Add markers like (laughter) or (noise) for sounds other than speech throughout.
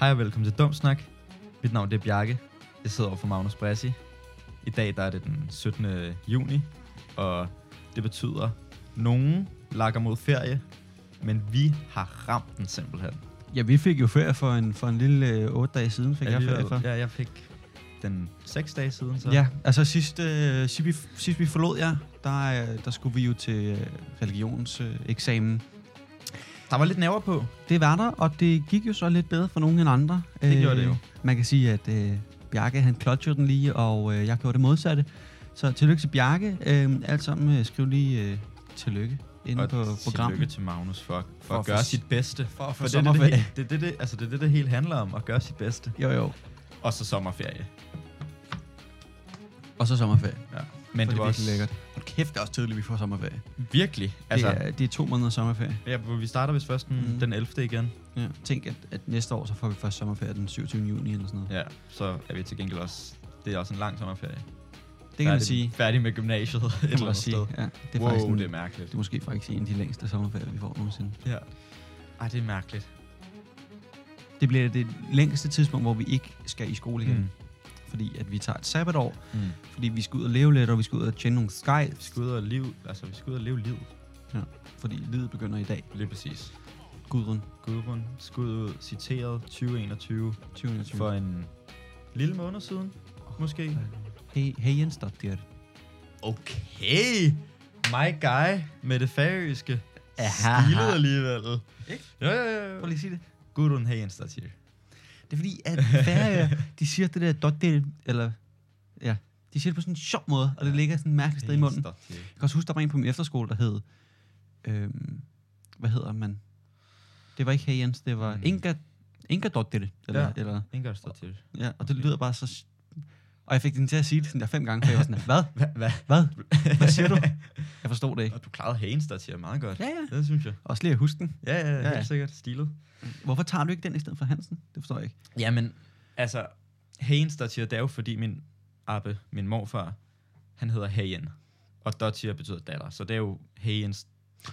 Hej og velkommen til Dumsnak. Mit navn det er Bjarke. Jeg sidder over for Magnus Bressi. I dag der er det den 17. juni, og det betyder, nogen lakker mod ferie, men vi har ramt den simpelthen. Ja, vi fik jo ferie for en, for en lille øh, otte dage siden, fik jeg ferie for. Ja, jeg fik den 6 dage siden. Så. Ja, altså sidst, øh, sidst, vi, sidst vi forlod jer, der, øh, der skulle vi jo til øh, religionseksamen. Øh, eksamen. Der var lidt nerver på. det var der, og det gik jo så lidt bedre for nogen end andre. Øh, Det gjorde det jo. Man kan sige, at øh, Bjarke han klodser den lige, og øh, jeg gjorde det modsatte. Så tillykke til Bjarke. Øh, alt sammen øh, skriv lige øh, tillykke inde på Tillykke programmet. til Magnus for, for, For for at at gøre få- sit bedste. For, at få det, er det, det, sommerferie. he- det, er det, det, altså, det er det, det hele handler om, at gøre sit bedste. Jo, jo. Og så sommerferie. Og så sommerferie. Ja. Men For det, var virkelig også lækkert. Hold kæft, det er også tidligt, vi får sommerferie. virkelig. Altså, Altså, det, er, det er to måneder sommerferie. Ja, hvor vi starter vist først den, Mhm. mm. den 11. igen. Ja. Tænk, at, at næste år, så får vi først sommerferie den 27. juni eller sådan noget. Ja, så er vi til gengæld også... Det er også en lang sommerferie. Det Det kan man sige. Færdig med gymnasiet et eller Kan man andet også sted. sige. Ja, det er wow, faktisk en, det det. er mærkeligt. er måske faktisk en af de længste sommerferier, vi får nogensinde. Ja. Ej, det er mærkeligt. Det bliver det længste tidspunkt, hvor vi ikke skal i skole igen. Mm. Mm. Fordi at vi tager et sabbatår, Mm. fordi vi skal ud og leve lidt, og vi skal ud og tjene nogle sky, Vi skal ud og leve, altså, vi skal ud og leve livet. fordi livet begynder i dag. Lige præcis. Gudrun, Gudrun, skud ud, citeret 2021 2021. for en lille måned siden, måske. Hey, hey Jens, stop det. Okay, my guy med det færøske. Aha. Stilet alligevel. Ikke? Jo, jo, jo. Prøv lige at sige det. Gudrun, hey, Instatir. Det er fordi, at færre, de siger det der dot del, eller ja, de siger det på sådan en sjov måde, og det ligger sådan et mærkeligt sted i munden. Jeg kan også huske, der var en på min efterskole, der hed... Øhm, hvad hedder man? Det var ikke Hey Jens, det var Mm. Inga, Inga Dottir. Eller, Ja. ja. eller, Ingolstadt. ja, og det Okay. lyder bare så... s- Og jeg fik den til at sige det sådan der fem gange, for jeg var sådan, hvad? Hvad? Hva? Hvad? Hvad siger du? Jeg forstod det (laughs) ikke. Og du klarede Hanes der til meget godt. Ja, ja. Det synes jeg. Også lige at huske den. Ja, ja, ja, Ja, helt ja. sikkert. Stilet. Hvorfor tager du ikke den i stedet for Hansen? Det forstår jeg ikke. Jamen, altså, Hanes der til, det er jo fordi min abbe, min morfar, han hedder Hagen. Og Dottir betyder datter, så det er jo Hagens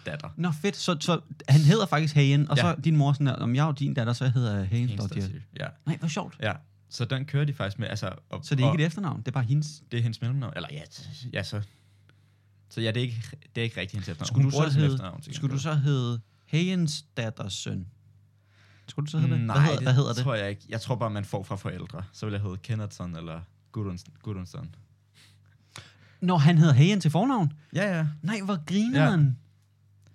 datter. Nå fedt, så, så han hedder faktisk Hagen, og Ja. ja. så din mor sådan, der, om jeg er jo din datter, så jeg hedder Hagen Hagens Dottir. Dottir. Ja. Nej, hvor sjovt. ja. Så den kører de faktisk med. Altså, og, Så det er og ikke et efternavn, det er bare hendes. Det er hendes mellemnavn. Eller ja, t- ja så... Så ja, det er ikke, det er ikke rigtig hendes efternavn. Skulle Hun du bruger så det som hedde- efternavn, til Skulle du gengæld. så hedde Hagens datters søn? Skulle du så hedde det? Nej, hvad hedder, hvad hedder det? tror jeg ikke. Jeg tror bare, man får fra forældre. Så vil jeg hedde Kennethson eller Gudrunsen. Gudrunsen. Når han hedder Hagen til fornavn? Ja, ja. Nej, hvor grineren.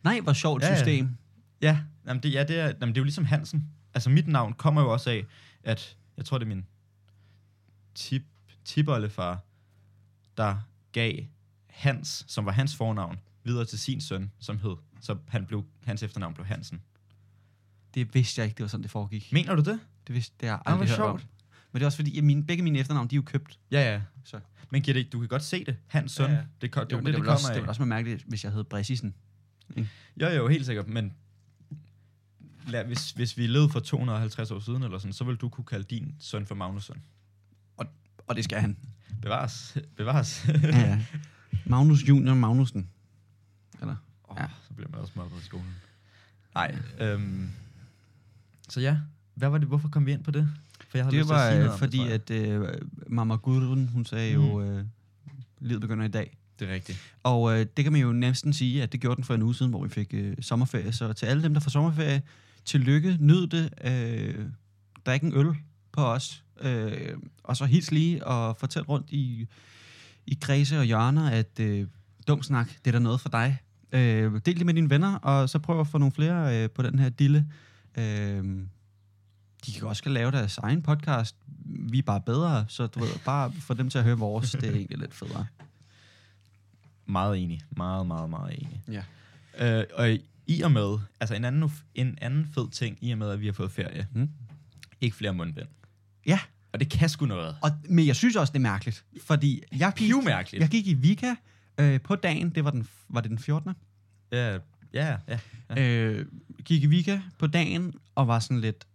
Ja. Nej, hvor sjovt Ja, ja. system. Ja, jamen det, ja, det, er, jamen det er jo ligesom Hansen. Altså mit navn kommer jo også af, at jeg tror, det er min tip, tipoldefar, der gav Hans, som var hans fornavn, videre til sin søn, som hed. Så han blev, hans efternavn blev Hansen. Det vidste jeg ikke, det var sådan, det foregik. Mener du det? Det vidste det har jeg Ah, hvor aldrig hørt om. sjovt. Men det er også fordi, at mine, begge mine efternavn, de er jo købt. Ja, ja. Så. Men giver det, ikke- du kan godt se det. Hans søn. Ja, Ja, ja. Det, ko- det, Jo, det, det, men det det, ville kommer også, det af. ville også være mærkeligt, hvis jeg hedder Bressisen. Jo, jo, helt sikkert, men lad, hvis, hvis vi levede for 250 år siden, eller sådan, så ville du kunne kalde din søn for Magnusson. Og det skal han. Bevares, (laughs) bevares. (laughs) Ja, ja. Magnus Junior Magnussen. oh, Ja. Så bliver man også mobbet i skolen. Nej, øhm, så ja, hvad var det, hvorfor kom vi ind på det? For jeg har lyst Det til at var sige noget øh, om fordi, det, tror jeg. Mm. at øh, mamma Gudrun, hun sagde jo, øh, livet begynder i dag. Det er rigtigt. Og øh, det kan man jo næsten sige, at det gjorde den for en uge siden, hvor vi fik øh, sommerferie. Så til alle dem, der får sommerferie, tillykke, nyd det, øh, drik en øl på os, øh, og så hils lige og fortæl rundt i, i kredse og hjørner, at øh, dum snak, det er da noget for dig. Øh, del det med dine venner, og så prøv at få nogle flere øh, på den her dille. Øh, de kan også lave deres egen podcast. Vi er bare bedre, så du ved, bare få dem til at høre vores. Det er egentlig lidt federe. Meget enig. Meget, meget, meget enig. Ja. Øh, og i- i og med, altså en anden, uf- en anden fed ting, i og med, at vi har fået ferie, Mm. ikke flere mundbind. Ja. Og det kan sgu noget. Og, men jeg synes også, det er mærkeligt, fordi jeg gik, Pivmærkeligt. jeg gik i Vika øh, på dagen, det var den, var det den 14. Ja, ja, ja. Ja. Øh, gik i Vika på dagen og var sådan lidt,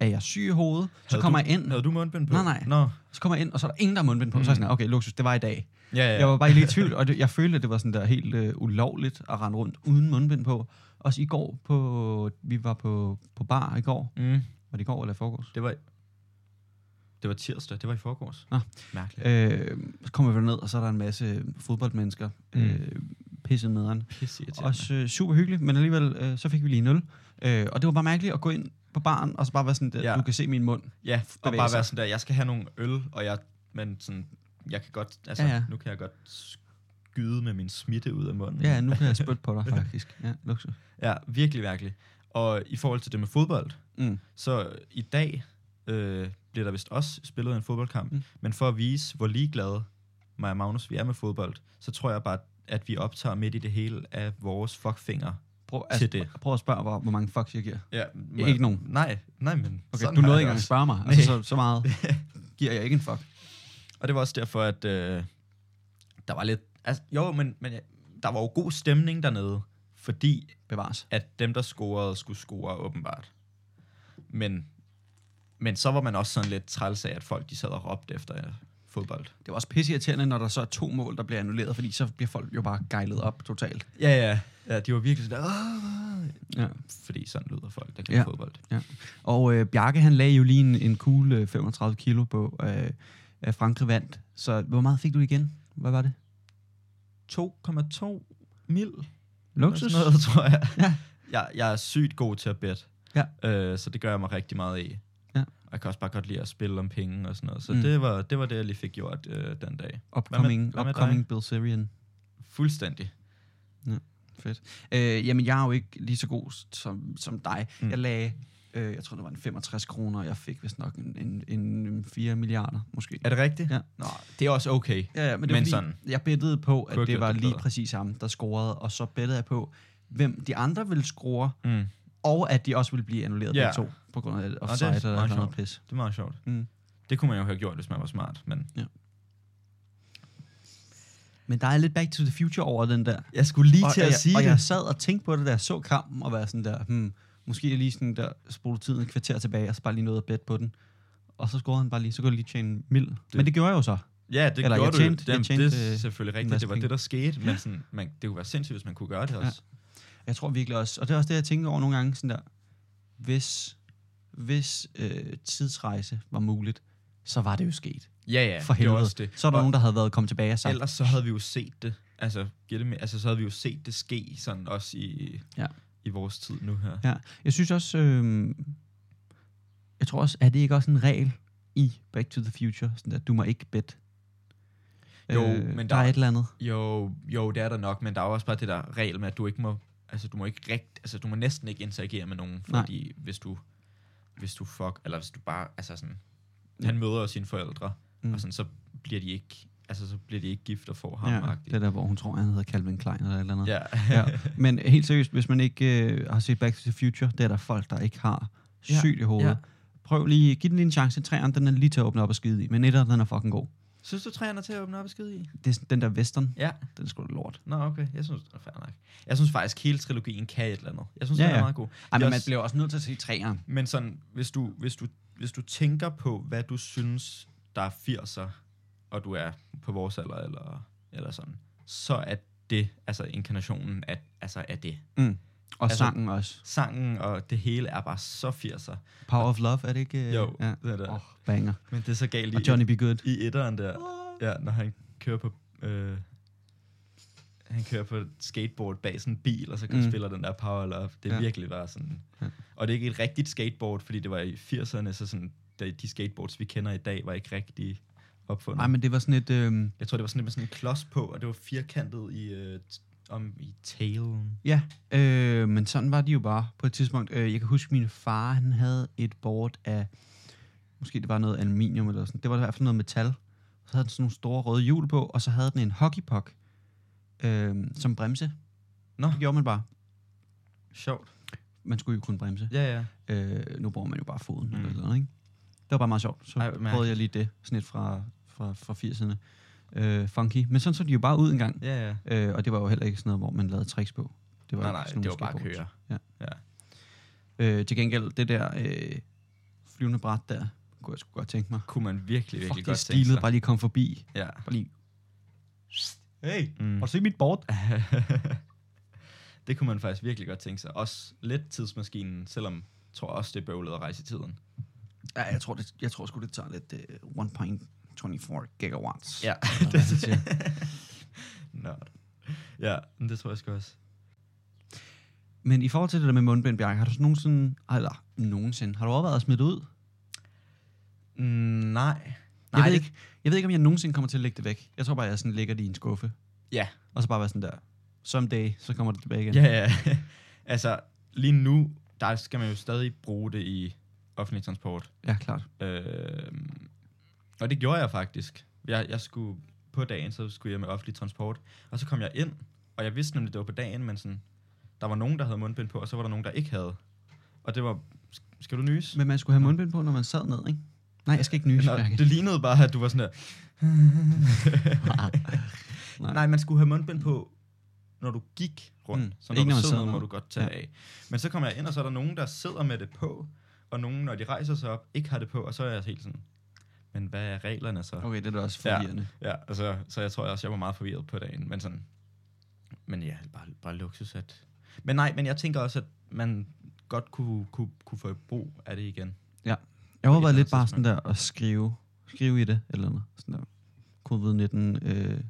er jeg syg i hovedet? Så Havde kommer du, jeg ind, Havde du mundbind på? Nej, nej. Nå. så kommer jeg ind, og så er der ingen, der har mundbind på. Mm. Så er jeg sådan, okay, luksus, det var i dag. Ja, ja. Jeg var bare lidt i tvivl, og det, jeg følte, at det var sådan der helt øh, ulovligt at rende rundt uden mundbind på. Også i går, på, vi var på, på bar i går, Mm. Var det i går eller i forgårs? Det var, det var tirsdag, det var i forgårs. Nå. Mærkeligt. Øh, så kommer vi ned, og så er der en masse fodboldmennesker. Mm. Mm. Øh, pisset nederen. Pisseirriterende. Også øh, super hyggeligt, men alligevel øh, så fik vi lige 0. Øh, og det var bare mærkeligt at gå ind på baren, og så bare være sådan, der, Ja. ja. du kan se min mund. Ja, og bevæge bare sig. være sådan der, jeg skal have nogle øl, og jeg, men sådan, jeg kan godt, altså, ja, Ja, ja. ja. nu kan jeg godt skyde med min smitte ud af munden. Ja, nu kan jeg spytte på dig faktisk. (laughs) Ja, luksus. Ja, virkelig, virkelig. Og i forhold til det med fodbold, Mm. så i dag øh, bliver der vist også spillet en fodboldkamp, mm. Mm. men for at vise, hvor ligeglade mig og Magnus vi er med fodbold, så tror jeg bare, at vi optager midt i det hele af vores fuckfinger. Prøv, Til altså, det. pr- prøv at spørge, hvor, hvor mange fucks jeg giver. Ja, jeg- Ikke nogen. Nej, nej, men Okay, sådan du har jeg det nåede ikke engang at også. spørge mig. Altså, så, så (laughs) meget giver jeg ikke en fuck. Og det var også derfor, at øh, der var lidt... Altså, jo, men, men jeg- der var jo god stemning dernede, fordi Bevares. at dem, der scorede, skulle score åbenbart. Men, men så var man også sådan lidt træls af, at folk de sad og råbte efter øh, fodbold. Det var også pisseirriterende, når der så er to mål, der bliver annulleret, fordi så bliver folk jo bare gejlet op totalt. Ja, ja. Ja, de var virkelig sådan, "Åh!" Ja. fordi sådan lyder folk, der kan ja. Ja. fodbold. Og øh, Bjarke, han lagde jo lige en, en cool øh, 35 kilo på, øh, at Frankrig vandt. Så hvor meget fik du igen? Hvad var det? 2,2 mil. Luksus? Sådan noget, (laughs) tror jeg. Ja. jeg. Jeg er sygt god til at bet. Ja. Øh, så det gør jeg mig rigtig meget i. Ja. Og jeg kan også bare godt lide at spille om penge og sådan noget. Så mm. Mm. det, var, det var det, jeg lige fik gjort øh, den dag. Upcoming, hvad med upcoming Bill Sirian. Fuldstændig. Fedt. Øh, jamen, jeg er jo ikke lige så god s- som, som dig. Mm. Mm. Jeg lagde, øh, jeg tror, det var en 65 kroner, og jeg fik vist nok en, en, en, en 4 milliarder, måske. Er det rigtigt? Ja. Nå, det er også okay. Ja, ja men, Men det men sådan. sådan. jeg bettede på, Kunne have gjort at det var det lige bedre. præcis ham, der scorede, og så bettede jeg på, hvem de andre ville score, Mm. og at de også ville blive annulleret Ja. ja. to, på grund af et er offside eller meget noget sjovt. pis. Det er meget sjovt. Mm. Det kunne man jo have gjort, hvis man var smart. Men Men der er lidt back to the future over den der. jeg skulle lige og, og jeg, og jeg sad og tænkte på det, da jeg så kampen, og var sådan der, hmm, måske jeg lige sådan der, spole tiden et kvarter tilbage, og så bare lige noget at bet på den. Og så scorede han bare lige, så kunne jeg lige tjene mild. Men det gjorde jeg jo så. Ja, det Eller, gjorde jeg du. tjente- jeg Jamen, tjente, det er øh, selvfølgelig rigtigt. masse Det var penge. det, der skete. Men sådan, man, det kunne være sindssygt, hvis man kunne gøre det også. Jeg tror virkelig også, og det er også det, jeg tænker over nogle gange, sådan der, hvis, hvis øh, tidsrejse var muligt, så var det jo sket. Ja, ja. For det er helvede. også det. Så er der Og nogen, der havde været kommet tilbage og sagt, Ellers så havde vi jo set det. Altså, giver det med, altså så havde vi jo set det ske, sådan også i, Ja. i vores tid nu her. Ja, jeg synes også, øh, jeg tror også, er det ikke også en regel i Back to the Future, sådan at du må ikke bet? Øh, Jo, men der, der- der er et eller andet. Jo, jo, det er der nok, men der er jo også bare det der regel med, at du ikke må, altså du må ikke rigt, altså du må næsten ikke interagere med nogen, Nej. fordi hvis du, hvis du fuck, eller hvis du bare, altså sådan, han møder jo sine forældre, mm. Mm. og sådan, så bliver de ikke, altså så bliver de ikke gift og får ham. Ja, det er der, hvor hun tror, han hedder Calvin Klein eller et eller andet. ja. (laughs) ja. Men helt seriøst, hvis man ikke øh, har set Back to the Future, det er der folk, der ikke har Ja, sygt i hovedet. ja. Ja. Prøv lige, giv den lige en chance. Træerne, den er lige til at åbne op og skide i, men etteren, den er fucking god. Synes du, træerne er til at åbne op og skide i? Det er sådan- den der western, Ja. den er sgu da lort. Nå, okay. Jeg synes, det er fair nok. Jeg synes faktisk, hele trilogien kan et eller andet. Jeg synes, ja, Ja, den er ja. meget god. Ej, Det er men man også- bliver også nødt til at se træerne. Men sådan, hvis du, hvis, du, hvis du tænker på, hvad du synes, der er 80'er, og du er på vores alder, eller, eller sådan, så er det, altså inkarnationen af, altså af det. Mm. Og Altså- altså, sangen også. Sangen og det hele er bare så 80'er. Power of Love, er det ikke? øh, Jo, Ja. det er det. Åh, oh, banger. Men det er så galt i, Og Johnny B. Good. i etteren der, ja, når han kører på... Øh, han kører på et skateboard bag sådan en bil, og så mm. Mm. spiller den der power love. Det er ja. Ja. virkelig bare sådan... Ja. Ja. Og det er ikke et rigtigt skateboard, fordi det var i 80'erne, så sådan, da de skateboards, vi kender i dag, var ikke rigtig opfundet. Nej, men det var sådan et... Øh, Jeg tror, det var sådan lidt med sådan en klods på, og det var firkantet i, øh, t- om, i tailen. ja, øh, men sådan var de jo bare på et tidspunkt. Øh, jeg kan huske, min far, han havde et board af... Måske det var noget aluminium eller sådan. Det var i hvert fald noget metal. Så havde den sådan nogle store røde hjul på, og så havde den en hockeypuck øh, som bremse. Nå. Det gjorde man bare. Sjovt. Man skulle jo kun bremse. Ja, ja. Øh, nu bruger man jo bare foden Mm. eller et eller andet, ikke? Det var bare meget sjovt. Så Ej, Ej, mærkeligt. prøvede jeg lige det, sådan et fra, fra, fra 80'erne. Øh, funky. Men sådan så de jo bare ud en gang. Ja, ja. Øh, og det var jo heller ikke sådan noget, hvor man lavede tricks på. Det Nej, jo nej, sådan nogle det var bare at skateboards. køre. Øh, til gengæld, det der øh, flyvende bræt der, kunne jeg sgu godt tænke mig. Kunne man virkelig, Det virkelig Fuck, det er godt tænke stilet sig. bare lige kom forbi. Ja. Bare lige, hey, Mm. har du set mit board? det kunne man faktisk virkelig godt tænke sig. Også lidt tidsmaskinen, selvom tror også, det er bøvlet at rejse i tiden. Ja, jeg tror, det, jeg tror sgu, det tager lidt uh, 1.24 (laughs) gigawatts. Ja, (laughs) det synes jeg. Nørd. Ja, men det tror jeg sgu også. Men i forhold til det der med mundbind, Bjarke, har du sådan nogensinde, eller nogensinde, har du overvejet at smide det ud? Mm, nej. jeg, ved det- ikke, jeg ved ikke, om jeg nogensinde kommer til at lægge det væk. Jeg tror bare, jeg sådan lægger det i en skuffe. Ja. Og så bare være sådan der, someday, så kommer det tilbage igen. Ja, ja. (laughs) altså, lige nu, der skal man jo stadig bruge det i offentlig transport. ja klart. Øh, og det gjorde jeg faktisk. Jeg, jeg skulle på dagen, så skulle jeg med offentlig transport. Og så kom jeg ind, og jeg vidste nemlig, det var på dagen, men sådan, der var nogen, der havde mundbind på, og så var der nogen, der ikke havde. Og det var, "Sk- skal du nys? Men man skulle have mundbind på, når man sad ned, ikke? Nej, jeg skal ikke nyse, Nå, Bjarke. det lignede bare, at du var sådan der. Nej. Nej. Nej, man skulle have mundbind på, når du gik rundt. Mm. Mm. Så når Ikke når du man sidder, sidder ned, må ned. du godt tage Ja. ja. af. Men så kommer jeg ind, og så er der nogen, der sidder med det på, og nogen, når de rejser sig op, ikke har det på, og så er jeg helt sådan, men hvad er reglerne så? Okay. (laughs) Okay, det er da også forvirrende. Ja, altså, så jeg tror også, jeg var meget forvirret på dagen, men sådan, men ja, bare, bare luksus at... Men nej, men jeg tænker også, at man godt kunne, kunne, kunne få brug af det igen. Jeg På et overvejede eller lidt andet bare sådan der at skrive, skrive i det, eller noget. Sådan der. Covid-19, øh,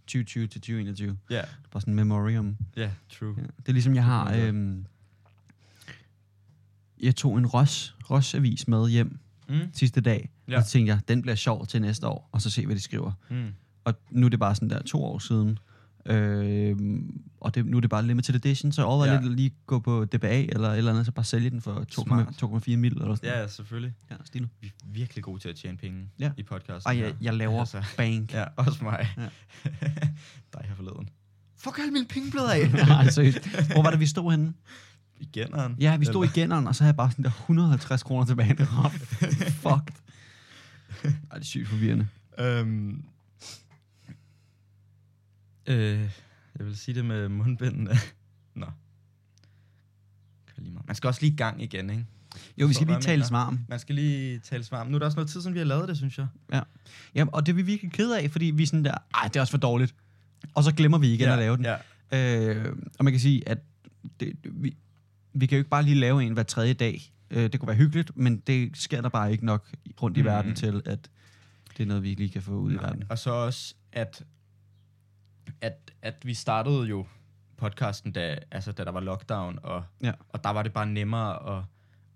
2020 til 2021. Ja, yeah. Bare sådan memoriam. ja, yeah, true. Ja. Det er ligesom, jeg har... Det er Øh, jeg tog en Ros, Ros-avis med hjem Mm, sidste dag, ja. Ja. og så tænkte jeg, den bliver sjov til næste år, og så se, hvad de skriver. mm, Og nu er det bare sådan der to år siden, øh, og det, nu er det bare limited edition, så jeg overvejede Ja. lidt at lige gå på DBA eller et eller andet, så bare sælge den for 2,4 mil eller sådan ja, noget. ja, selvfølgelig. Ja, stilet. Vi er virkelig gode til at tjene penge Ja. i podcasten. Ej, her. jeg, jeg laver Altså. (laughs) (laughs) bank. Ja, også mig. Ja. Ja. Dig her forleden. Fuck, alle mine penge (laughs) blevet af. Nej, seriøst. Hvor var det, vi stod henne? I genneren. Ja, vi stod i genneren, og så havde jeg bare sådan der 150 kroner tilbage. Det var fucked. (laughs) Ej, det er sygt forvirrende. Øhm, øh, jeg vil sige det med mundbindene. (laughs) Nå. Kan lige meget. Man skal også lige i gang igen, ikke? Jo, vi Forstår, skal hvad lige jeg tale mener. smart Man skal lige tale varmt. Nu er der også noget tid, siden vi har lavet det, synes jeg. Ja, og det er vi virkelig ked af, fordi vi er sådan der, ej, det er også for dårligt. Og så glemmer vi igen ja, at lave den. Ja. Øh, og man kan sige, at det, vi, vi kan jo ikke bare lige lave en hver tredje dag. Øh, det kunne være hyggeligt, men det sker der bare ikke nok rundt i Mm. verden til, at det er noget, vi lige kan få ud i Nej, verden. Og så også, at, at, at vi startede jo podcasten, da, altså, da der var lockdown, og, Ja. og der var det bare nemmere at,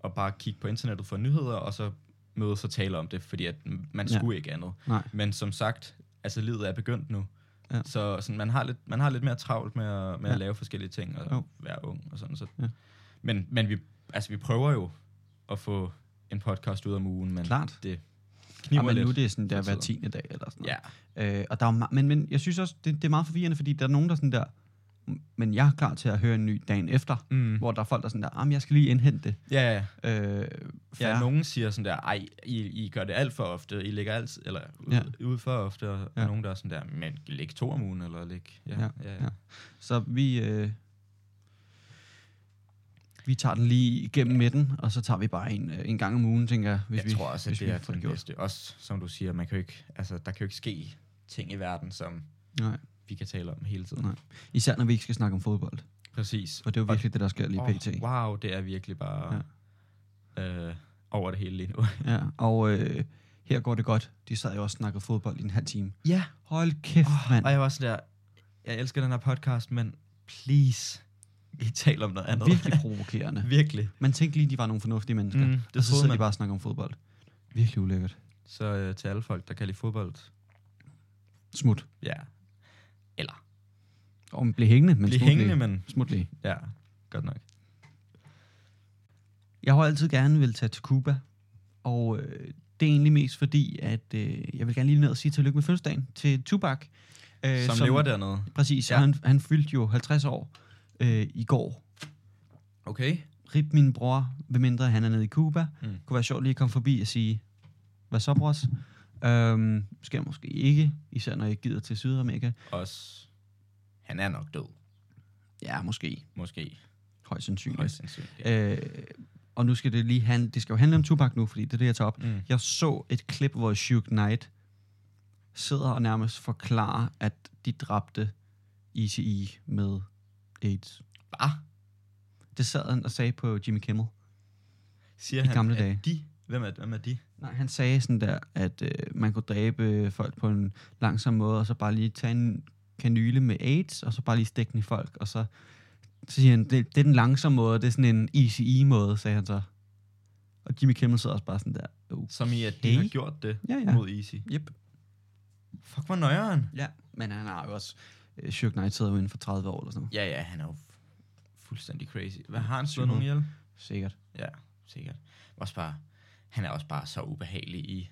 at bare kigge på internettet for nyheder, og så mødes og tale om det, fordi at man Ja. skulle ikke andet. Nej. Men som sagt, altså livet er begyndt nu. Ja. Så sådan, man, har lidt, man har lidt mere travlt med at, med Ja. at lave forskellige ting, og Jo. være ung og sådan. Så. Ja. Men, men vi, altså, vi prøver jo at få en podcast ud om ugen, men Klart. det kniver Ja, men lidt. nu er det sådan der hver Samtidig. tiende dag eller sådan noget. Ja, Øh, og der er, jo ma- men, men jeg synes også, det, det er meget forvirrende, fordi der er nogen, der er sådan der, "Mm, men jeg er klar til at høre en ny dagen efter, mm. hvor der er folk, der er sådan der, jamen jeg skal lige indhente det. ja, ja. Øh, Ja, fair. nogen siger sådan der, ej, I, I gør det alt for ofte, I lægger alt, eller ud, Ja. ja. ud for ofte, og Ja. ja. nogen der er sådan der, men læg to om ugen, eller læg, ja, Ja, ja, ja. ja. ja. Så vi, øh, vi tager den lige igennem midten, og så tager vi bare en, øh, en gang om ugen, tænker jeg. Hvis jeg vi, tror også, at hvis det vi er får for det bedste. Også, som du siger, man kan jo ikke, altså, der kan jo ikke ske ting i verden, som Nej, vi kan tale om hele tiden. Nej. især når vi ikke skal snakke om fodbold. Præcis. Og det er jo virkelig det, der sker lige pt. oh, wow, det er virkelig bare ja. øh, over det hele lige (laughs) nu. Ja, og øh, her går det godt. De sad jo også og snakkede fodbold i en halv time. ja, Hold kæft, oh, mand. og jeg var sådan der, jeg elsker den her podcast, men please, I taler om noget andet. Virkelig provokerende. (laughs) Virkelig. Man tænkte lige, de var nogle fornuftige mennesker. Mm, Mm, det og så troede sidder man. man. de bare og snakker om fodbold. Virkelig ulækkert. Så øh, til alle folk, der kan lide fodbold, Smut. ja. Eller Og man bliver hængende, men Bliv smut hængende, lige. men Smut lige. ja, godt nok. Jeg har jo altid gerne vil tage til Cuba, og øh, det er egentlig mest fordi, at øh, jeg vil gerne lige ned og sige tillykke med fødselsdagen til Tupac. Øh, som, som lever dernede. Præcis, ja. Ja. han, han fyldte jo 50 år øh, i går. Okay. Rip min bror, medmindre han er nede i Cuba. Mm. Mm. Kunne være sjovt lige at komme forbi og sige, hvad så, bros? Øhm, skal jeg måske ikke, især når jeg gider til Sydamerika. Også, han er nok død, Ja, måske. måske. Højst sandsynligt. Højst sandsynligt. Øh, og nu skal det lige handle, det skal jo handle om Tupac nu, fordi det er det, jeg tager op. Mm. Jeg så et klip, hvor Suge Knight sidder og nærmest forklarer, at de dræbte ICI med AIDS. Bare. Det sad han og sagde på Jimmy Kimmel. Siger I han, gamle at dage. de? Hvem er, hvem er de? Nej, han sagde sådan der, at øh, man kunne dræbe folk på en langsom måde, og så bare lige tage en kanyle med AIDS, og så bare lige stikke den i folk, og så, så siger han, det, det er den langsomme måde, det er sådan en ECE-måde, sagde han så. Og Jimmy Kimmel sidder også bare sådan der. Oh. Som i, at de har Hey. gjort det Ja, ja. ja. mod Easy. Yep. Fuck, hvor nøjeren. Ja, men han har jo også... Øh, Shug Knight sidder jo inden for 30 år eller sådan noget. Ja, ja, han er jo fu- fuldstændig crazy. Hvad har han Sygt slået nogen nok. ihjel? Sikkert. Ja, sikkert. Også bare, han er også bare så ubehagelig i,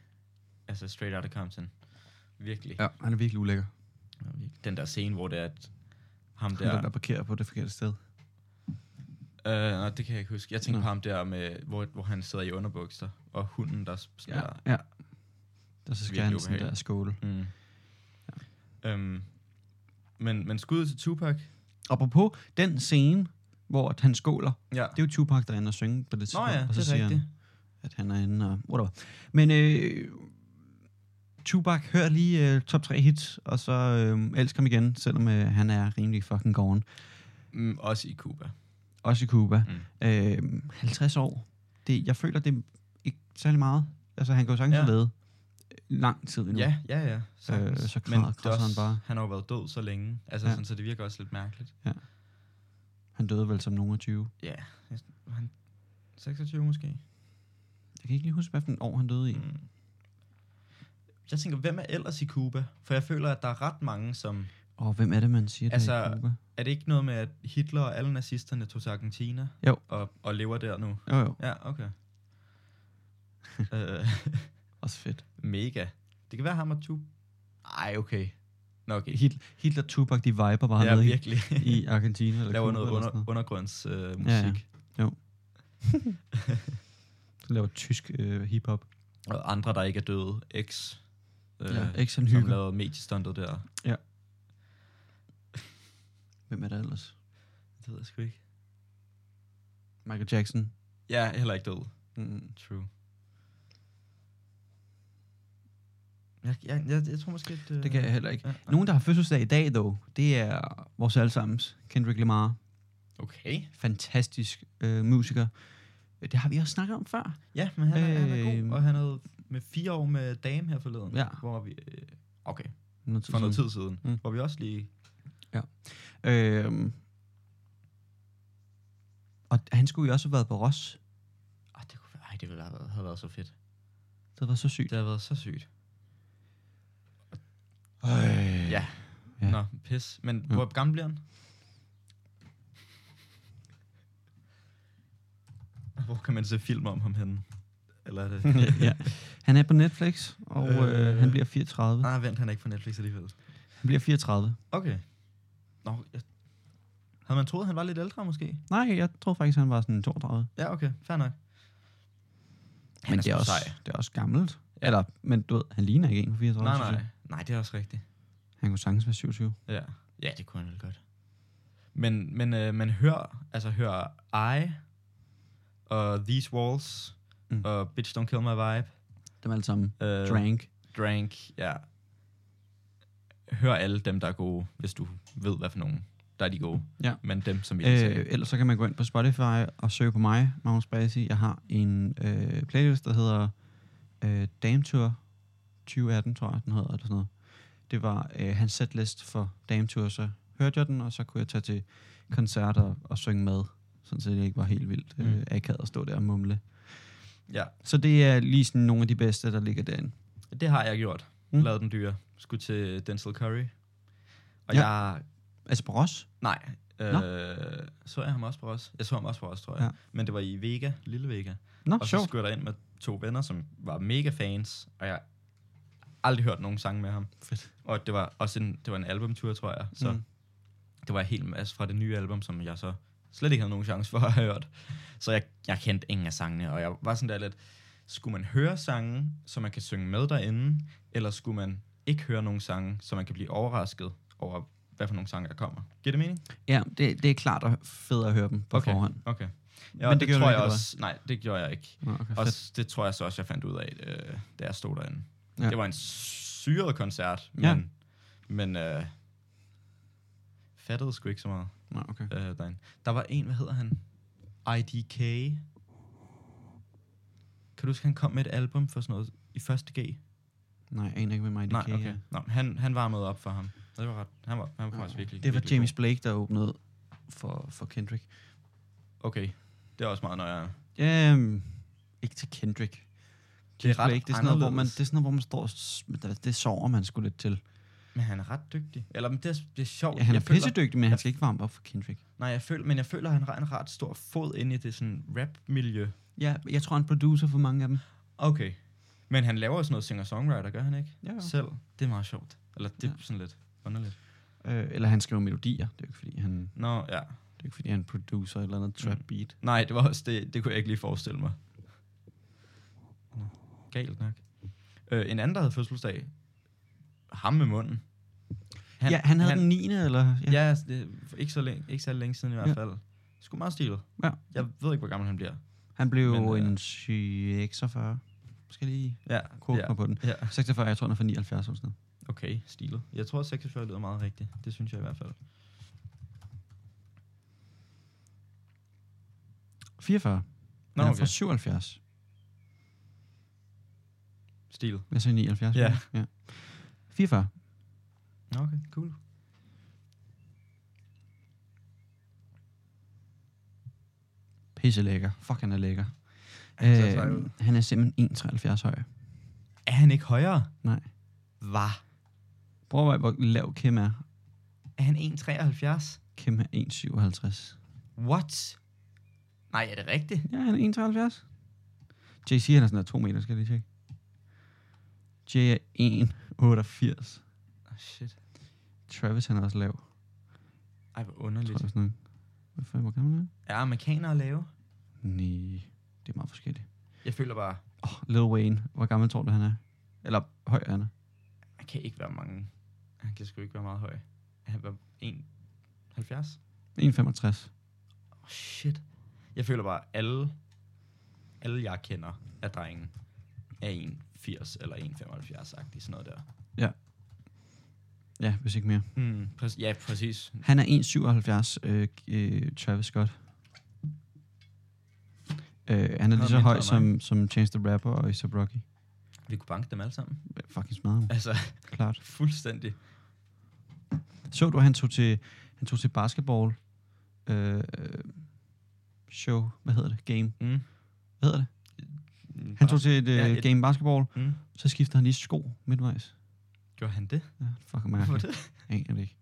altså straight out of Compton. Virkelig. Ja, han er virkelig ulækker. Den der scene, hvor det er, at ham Ja. Den, der der, parkerer på det forkerte sted. øh, nej, det kan jeg ikke huske. Jeg tænkte Nå. på ham der, med, hvor, hvor han sidder i underbukser, og hunden, der s- Ja. spiller. ja. Og så skal Virkelig han sådan ubehageligt. der skåle. Ja. Mm. Øhm, men, men skuddet til Tupac. Apropos den scene, hvor at han skåler, Ja. det er jo Tupac, der er inde og synge på det Nå tidspunkt. ja, og så det er siger rigtigt. han, at han er inde og whatever. Men øh, Tupac, hør lige øh, top 3 hits, og så øh, elsk ham igen, selvom øh, han er rimelig fucking gone. Mm, også i Cuba. Også i Cuba. Mm. Mm. Øh, 50 år. Det, jeg føler, det er ikke særlig meget. Altså, han kan jo sagtens Ja. ja. have lavet lang tid endnu. Ja, ja, ja. sagtens. Øh, så Men det kra- er krasser han også- bare. Han har jo været død så længe, altså ja. Ja. sådan, så det virker også lidt mærkeligt. Han døde vel som nogen af 20. Ja, næsten- var han 26 måske. Jeg kan ikke lige huske, hvilken år han døde i. Mm. Mm. Jeg tænker, hvem er ellers i Cuba? For jeg føler, at der er ret mange, som... Og hvem er det, man siger, altså, der er Altså- i Cuba? Er det ikke noget med, at Hitler og alle nazisterne tog til Argentina? Jo. Og, og lever der nu? Jo, jo. Ja, (laughs) okay. øh, (laughs) Også fedt. mega. Det kan være ham og Tub. Ej, okay. Nå, okay. Hitler, Hitler Tupac, de viber bare Ja, ja, ned i, virkelig. i Argentina. (laughs) Eller Laver Cuba noget eller sådan under, undergrundsmusik. Øh, Ja, ja. musik. Så laver tysk øh, hiphop. Og andre, der ikke er døde. X. Øh, Ja, ikke sådan som hygge. lavede mediestuntet der. Hvem er der ellers? Det ved jeg sgu ikke. Michael Jackson. Ja, heller ikke død. Mm. True. Jeg, jeg, jeg, jeg tror måske, at... Øh, Det kan jeg heller ikke. Ja. Nogen, der har fødselsdag i dag, dog, det er vores allesammens Kendrick Lamar. Okay. Fantastisk øh, musiker. Øh, Det har vi også snakket om før. Ja, men han, øh, han er Øhm. god, og han havde med fire år med dame her forleden. Ja. Hvor vi... Øh, okay, Noget tid for noget siden. tid siden. Mm. Mm. Hvor vi også lige... Øhm. Og han skulle jo også have været på Ross. Oh, det kunne, være- ej, det ville have været, have været så fedt. Det var så sygt. Det havde været så sygt. Øh. Ja. ja. Ja. Nå, pis. Men hvor gammel bliver han? Hvor kan man se film om ham henne? Eller er (laughs) det... (laughs) ja. Han er på Netflix, og øh. Øh. Øh, han bliver 34. Nej, vent, han er ikke på Netflix alligevel. Han bliver 34. Okay. Nå, jeg... Havde man troet, han var lidt ældre måske? Nej, jeg tror faktisk, han var sådan 32. Ja, okay. Fair nok. Han Men det er, sgu også, sej. det er også gammelt. Eller, men du ved, han ligner ikke en på 34. Nej, synes nej. jeg. Nej, det er også rigtigt. Han kunne sagtens være 27. Ja, ja det kunne han vel godt. Men, men øh, man hører, altså hører I, og These Walls, mm. Mm. og Bitch Don't Kill My Vibe. Dem alle sammen. Øh, Drank. Drank, ja. Hør alle dem, der er gode, hvis du ved, hvad for nogen, der er de gode. Ja. Men dem, som vi ikke Øh, øh, ellers så kan man gå ind på Spotify og søge på mig, Magnus Basi. Jeg har en øh, playlist, der hedder øh, Dame Tour 2018, tror jeg, den hedder, eller sådan noget. Det var øh, hans setlist for Dame Tour, så hørte jeg den, og så kunne jeg tage til koncerter og, og synge med, sådan set det ikke var helt vildt øh, Mm. akavet at stå der og mumle. Ja, Så det er lige sådan nogle af de bedste, der ligger derinde. det har jeg gjort. Mm. Mm. Lavet den dyre. Skulle til Denzel Curry. Og ja. Ja. jeg Altså på Ross? Nej. Nå. Øh, så jeg ham også på os. Jeg så ham også på os, tror jeg. Ja. Ja. Men det var i Vega, Lille Vega. Nå, Og så sjovt. skulle jeg ind med to venner, som var mega fans, og jeg har aldrig hørt nogen sang med ham. Fedt. Og det var også en, det var en albumtur, tror jeg. Så mm. Mm. det var en hel masse fra det nye album, som jeg så slet ikke havde nogen chance for at have hørt. Så jeg, jeg kendte ingen af sangene, og jeg var sådan der lidt, skulle man høre sange, så man kan synge med derinde, eller skulle man ikke høre nogen sange, så man kan blive overrasket over, hvad for nogle sange, der kommer. Giver det mening? Ja, det, det er klart at fedt at høre dem på Okay. okay. forhånd. Okay. Ja, Men men det det, det gjorde tror du jeg ikke, eller også. Nej, det gjorde jeg ikke. Nå, okay, Og fedt. s- det tror jeg så også, jeg fandt ud af, øh, da jeg stod derinde. Ja. Ja. Det var en syret koncert, men, Ja. men øh, fattede sgu ikke så meget Nå, okay. øh, derinde. Der var en, hvad hedder han? IDK. Kan du huske, han kom med et album for sådan noget i første G? Nej, jeg aner ikke, hvem Mighty Nej, K okay. er. Nå, han, han varmede op for ham. Og det var ret. Han var, han var faktisk virkelig Det var virkelig James Blake, der åbnede for, for Kendrick. god. Okay, det er også meget nøjere. Øhm, ikke til Kendrick. Det er ret Blake, det er sådan noget, hvor man, anderledes. det er sådan noget, hvor man står og s- men der- det sover man sgu lidt til. Men han er ret dygtig. Eller men det, er, det er sjovt. Ja, han er Jeg føler- pissedygtig, men han skal ikke varme op for Kendrick. Nej, jeg føler, men jeg føler, han har en ret stor fod inde i det sådan rap-miljø. Ja, jeg tror, han er producer for mange af dem. Okay. Men han laver også noget singer-songwriter, gør han ikke? Ja, ja. Selv. Det er meget sjovt. Eller det er Ja. sådan lidt underligt. Øh, eller han skriver melodier. Det er jo ikke, fordi han, Nå, ja. det er jo ikke, fordi han producer et eller Mm. andet trap beat. Nej, det var også det. Det kunne jeg ikke lige forestille mig. Nå, Galt nok. Øh, en anden, der havde fødselsdag. Ham med munden. Han, ja, han havde han, den 9. eller... Ja, ja altså, det, for ikke, så længe, ikke så længe siden i hvert Ja. ja. fald. Sgu meget stilet. Ja. Jeg ved ikke, hvor gammel han bliver. Han blev Men, jo øh, en 46. Skal jeg lige Ja, koge ja, mig på den. ja. 46, jeg tror, han er fra 79 eller sådan noget. Okay, stilet. Jeg tror, 46 lyder meget rigtigt. Det synes jeg i hvert fald. 44. Nå, Nå, han er okay. fra 77. Stilet. Jeg sagde 79. Ja. ja. 44. Nå, Okay, cool. Pisse lækker. Fuck, han er lækker. Han ser sej ud. Øh, han er simpelthen 1,73 høj. Er han ikke højere? Nej. Hvad? Prøv at vej, hvor lav Kim er. Er han 1,73? Kim er 1,57. What? Nej, er det rigtigt? Ja, han er 1,73. JC, han er sådan der 2 meter, skal jeg lige tjekke. J er 1,88. Oh, shit. Travis, han er også lav. Ej, hvor Tror jeg, underligt. sådan noget. Hvad fanden, hvor gammel er han? Er amerikanere lave? Nej, det er meget forskelligt. Jeg føler bare, Oh, Lil Wayne, hvor gammel tror du, han er? Eller høj er han er. han kan ikke være mange. Han kan sgu ikke være meget høj. Han var 1,70? 1,65. Oh, shit. Jeg føler bare, alle, alle jeg kender af drengen er 1,80 eller 1,75-agtig, sådan noget der. Ja, hvis ikke mere. Mm, præ- ja, præcis. Han er 1,77, øh, øh, Travis Scott. Øh, han er lige så mindre høj end som, som Chance the Rapper og Isab Rocky. Vi kunne banke dem alle sammen. (laughs) Hvad Fucking smadrer ham, Altså, klart. fuldstændig. Så du, at han tog til, han tog til basketball øh, øh, show, hvad hedder det, game, Mm. hvad hedder det? Han tog til et, øh, Ja, et- game basketball, Mm. så skifter han lige sko midtvejs. Gjorde han det? Ja, fuck Hvorfor mærkeligt. det? Jeg aner det ikke.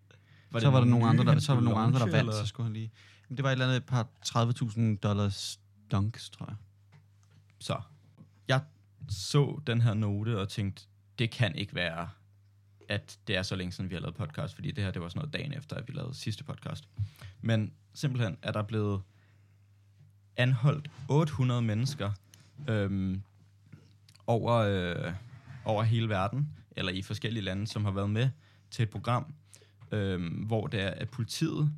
så var der nogle nye, andre, der, han så var der skulle nogle andre, der launche, vandt, så eller? skulle han lige... Men det var et eller andet et par 30.000 dollars dunks, tror jeg. Så. Jeg så den her note og tænkte, det kan ikke være, at det er så længe siden, vi har lavet podcast, fordi det her, det var sådan noget dagen efter, at vi lavede sidste podcast. Men simpelthen er der blevet anholdt 800 mennesker øhm, over, øh, over hele verden, eller i forskellige lande, som har været med til et program, øhm, hvor det er, at politiet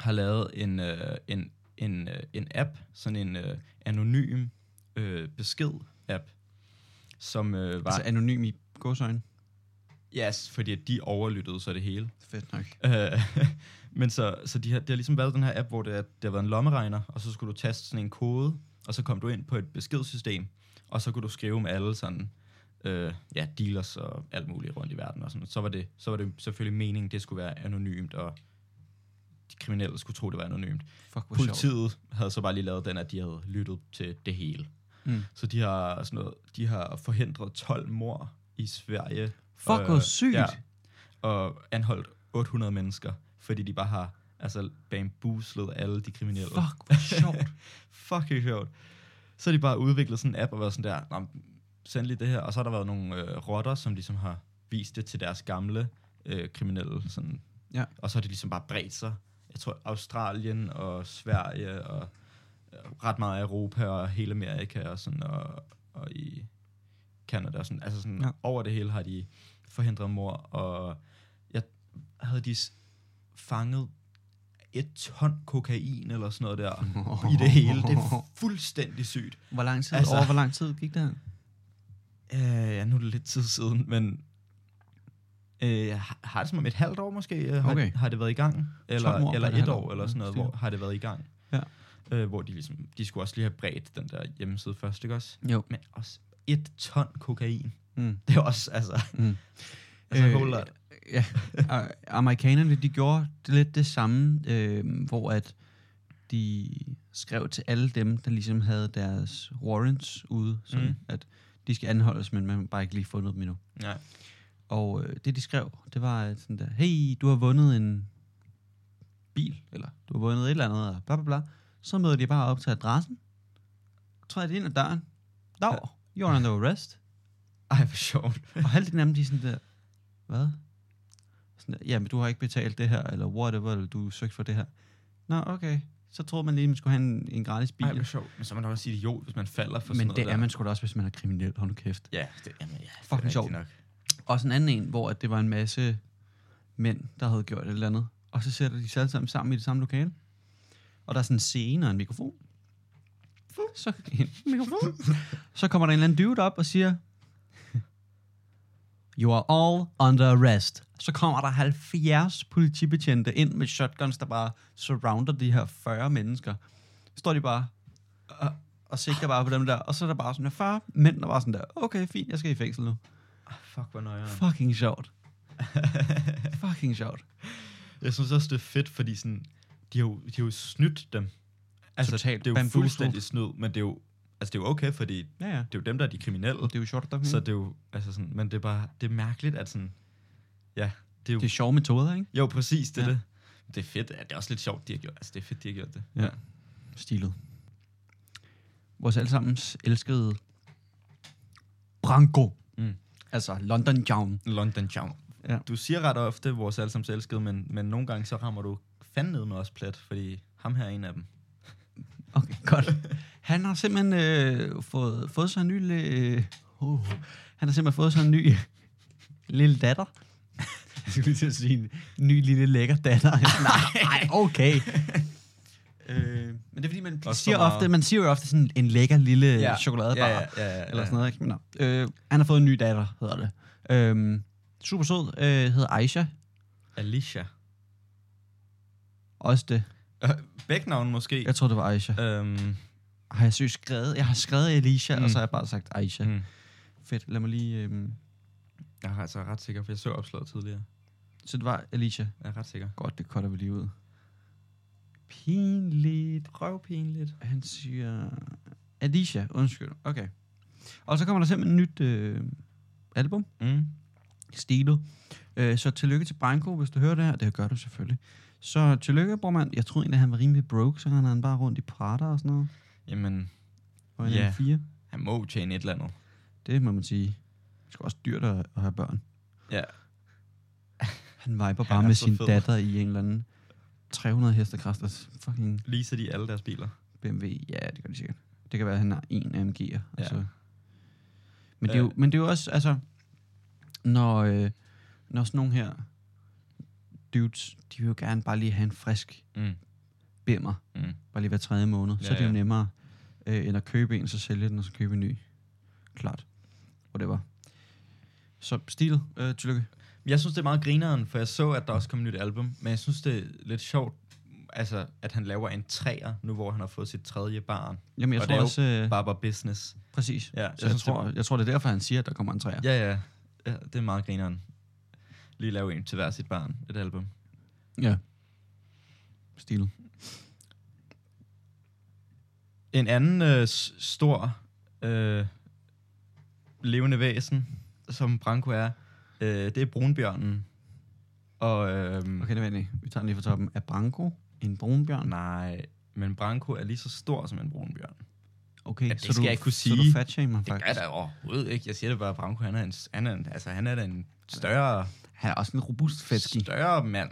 har lavet en, øh, en, en, øh, en app, sådan en øh, anonym øh, besked-app, som øh, var... Altså anonym i gåsøjne. Ja, yes, fordi at de overlyttede så det hele. Fedt nok. Øh, (laughs) men så, så de har, det har ligesom været den her app, hvor det, er, det har været en lommeregner, og så skulle du taste sådan en kode, og så kom du ind på et beskedsystem, og så kunne du skrive med alle sådan, øh, ja, dealers og alt muligt rundt i verden. Og sådan. Så, var det, så var det selvfølgelig meningen, det skulle være anonymt, og de kriminelle skulle tro, det var anonymt. Fuck, hvor sjovt. Politiet havde så bare lige lavet den, at de havde lyttet til det hele. Mm. Så de har, sådan noget, de har forhindret 12 mor i Sverige. Fuck, Og, hvor sygt. Ja, og anholdt 800 mennesker, fordi de bare har altså, bambuslet alle de kriminelle. Fuck, (laughs) hvor sjovt. Fucking sjovt. Så har de bare udviklet sådan en app og været sådan der, "Nå, men send lige det her. Og så har der været nogle øh, rotter, som ligesom har vist det til deres gamle øh, kriminelle. Sådan. Ja. Og så har det ligesom bare bredt sig. Jeg tror Australien og Sverige og øh, ret meget af Europa og hele Amerika og sådan og, og i Kanada og sådan. Altså sådan Ja. ja. over det hele har de forhindret mor og jeg havde de s- fanget et ton kokain eller sådan noget der i det hele. (laughs) Det er fuldstændig sygt. Hvor lang tid, altså, Altså- over hvor lang tid gik det her? Øh, ja, nu er det lidt tid siden, men øh, jeg har har det som om et halvt år måske, øh, har, Okay. har det været i gang? Eller, mord på eller et et halvt år, år, eller ja, sådan noget, styr. hvor har det været i gang? Ja. øh, hvor de, ligesom, de skulle også lige have bredt den der hjemmeside først, ikke også? Jo. Men også et ton kokain. (laughs) Mm. Det er også, altså, Mm. altså øh, Øh, whole lot. Ja, a- amerikanerne, de gjorde det lidt det samme, øh, hvor at de skrev til alle dem, der ligesom havde deres warrants ude, sådan Mm. mm. at de skal anholdes, men man har bare ikke lige fundet dem endnu. Nej. Og øh, det, de skrev, det var øh, sådan der, hey, du har vundet en bil, eller du har vundet et eller andet, og bla bla bla. Så møder de bare op til adressen, træder de ind ad døren, no, you're under arrest. Ej, for sjovt. Og halvdelen af dem, de er sådan der, hvad? Sådan der, jamen, du har ikke betalt det her, eller whatever, eller du har søgt for det her. Nå, okay. Så troede man lige, man skulle have en, en gratis bil. Ej, hvor sjovt. Men så er man nok også idiot, hvis man falder for sådan men noget det er der. man sgu da også, hvis man er kriminel, hold nu kæft. Ja, det, jamen, ja, det er Fucking rigtigt sjovt. Nok. Og sådan en anden en, hvor at det var en masse mænd, der havde gjort et eller andet. Og så sætter de sig alle sammen sammen i det samme lokale. Og der er sådan en scene og en mikrofon. Så, en mikrofon. (laughs) så kommer der en eller anden dude op og siger, You are all under arrest. Så kommer der 70 politibetjente ind med shotguns, der bare surrounder de her 40 mennesker. Så står de bare og, og sigter bare på dem der. Og så er der bare sådan der 40 mænd, der bare sådan der, okay, fint, jeg skal i fængsel nu. Ah, fuck, hvor nøjeren. Fucking sjovt. (laughs) Fucking sjovt. Jeg synes også, det er fedt, fordi sådan, de, har jo, de har jo snydt dem. Altså, Totalt det er jo bambuset. fuldstændig snyd, men det er jo, altså, det er jo okay, fordi Ja, ja. det er jo dem, der er de kriminelle. Det er jo sjovt, der Så det er jo, altså sådan, men det er bare, det er mærkeligt, at sådan, ja, det er jo, det er sjove metoder, ikke? jo præcis, det er Ja. det. Det er fedt, ja, det er også lidt sjovt, de har gjort, altså det er fedt, de har gjort det. Ja. Stilet. Vores allesammens elskede Branko. Mm. Altså London Town. London Town. Ja. Du siger ret ofte, vores allesammens elskede, men, men nogle gange så rammer du fanden ned med os plet, fordi ham her er en af dem. Okay, (laughs) godt. Han har simpelthen øh, fået, fået sig en ny... Øh, oh, han har simpelthen fået sig en ny (laughs) lille datter. Jeg skulle lige til at sige en ny lille lækker datter. (laughs) Nej, okay. øh, men det er fordi, man Også siger, for meget. ofte, man siger jo ofte sådan en lækker lille Ja. ja. chokoladebar. ja, ja, ja, eller sådan noget. Ikke? Men, nå. øh, han har fået en ny datter, hedder det. Øhm, super sød, øh, hedder Aisha. Alicia. Også det. Øh, Begge navne måske. Jeg tror, det var Aisha. Øhm, Har jeg søgt skrevet? Jeg har skrevet Alicia, Mm. og så har jeg bare sagt Aisha. mm. Fedt, lad mig lige... Øhm, Jeg er altså ret sikker, for jeg så opslaget tidligere. så det var Alicia. Jeg er ret sikker. Godt, det cutter vi lige ud. Pinligt. Røvpinligt. Han siger... Alicia, undskyld. Okay. Og så kommer der simpelthen et nyt øh, album. Mm. stilet. Øh, så tillykke til Branko, hvis du hører det her. Det gør du selvfølgelig. Så tillykke, bror mand. Jeg troede egentlig, at han var rimelig broke, så han han bare rundt i Prada og sådan noget. Jamen, Og en Ja. yeah. 4 han må jo tjene et eller andet. Det må man sige. Det er sgu også dyrt at, at have børn. Ja. Han viber Han bare er med så sin fed. datter i en eller anden 300 hestekræfters fucking Leaser de alle deres biler. BMW. Ja, det gør de sikkert. Det kan være, at han har en AMG'er. Ja. Ja. Så. altså. Men, det er jo, Øh. men det er jo også, altså, når, øh, når sådan nogle her dudes, de vil jo gerne bare lige have en frisk Mm. bimmer, Mm. bare lige hver tredje måned, ja, så Ja, er det jo ja. nemmere, øh, end at købe en, så sælge den, og så købe en ny. Klart. Whatever. Så stil, øh, tillykke. Jeg synes, det er meget grineren, for jeg så, at der også kom et nyt album. Men jeg synes, det er lidt sjovt, altså, at han laver en træer, nu hvor han har fået sit tredje barn. Jamen, jeg Og og det er tror jo også, øh, Barber Business. præcis. Ja, Så jeg, synes, tror, jeg tror, det er derfor, han siger, at der kommer en træer. Det, ja, ja, ja. Det er meget grineren. Lige lave en til hver sit barn, et album. ja. Stil. En anden øh, s- stor øh, levende væsen, som Branko er, øh, det er brunbjørnen. Og, øh, Okay, det var det. Vi tager den lige fra toppen. Er Branko en brunbjørn? Nej, men Branko er lige så stor som en brunbjørn. Okay, Ja, det så skal du, jeg ikke kunne Så sige. du fatshamer Det faktisk. gør der overhovedet ikke. Jeg siger det bare, at Branko han er en, han er en, altså, han er da en større, Han er også en robust fætski. større mand.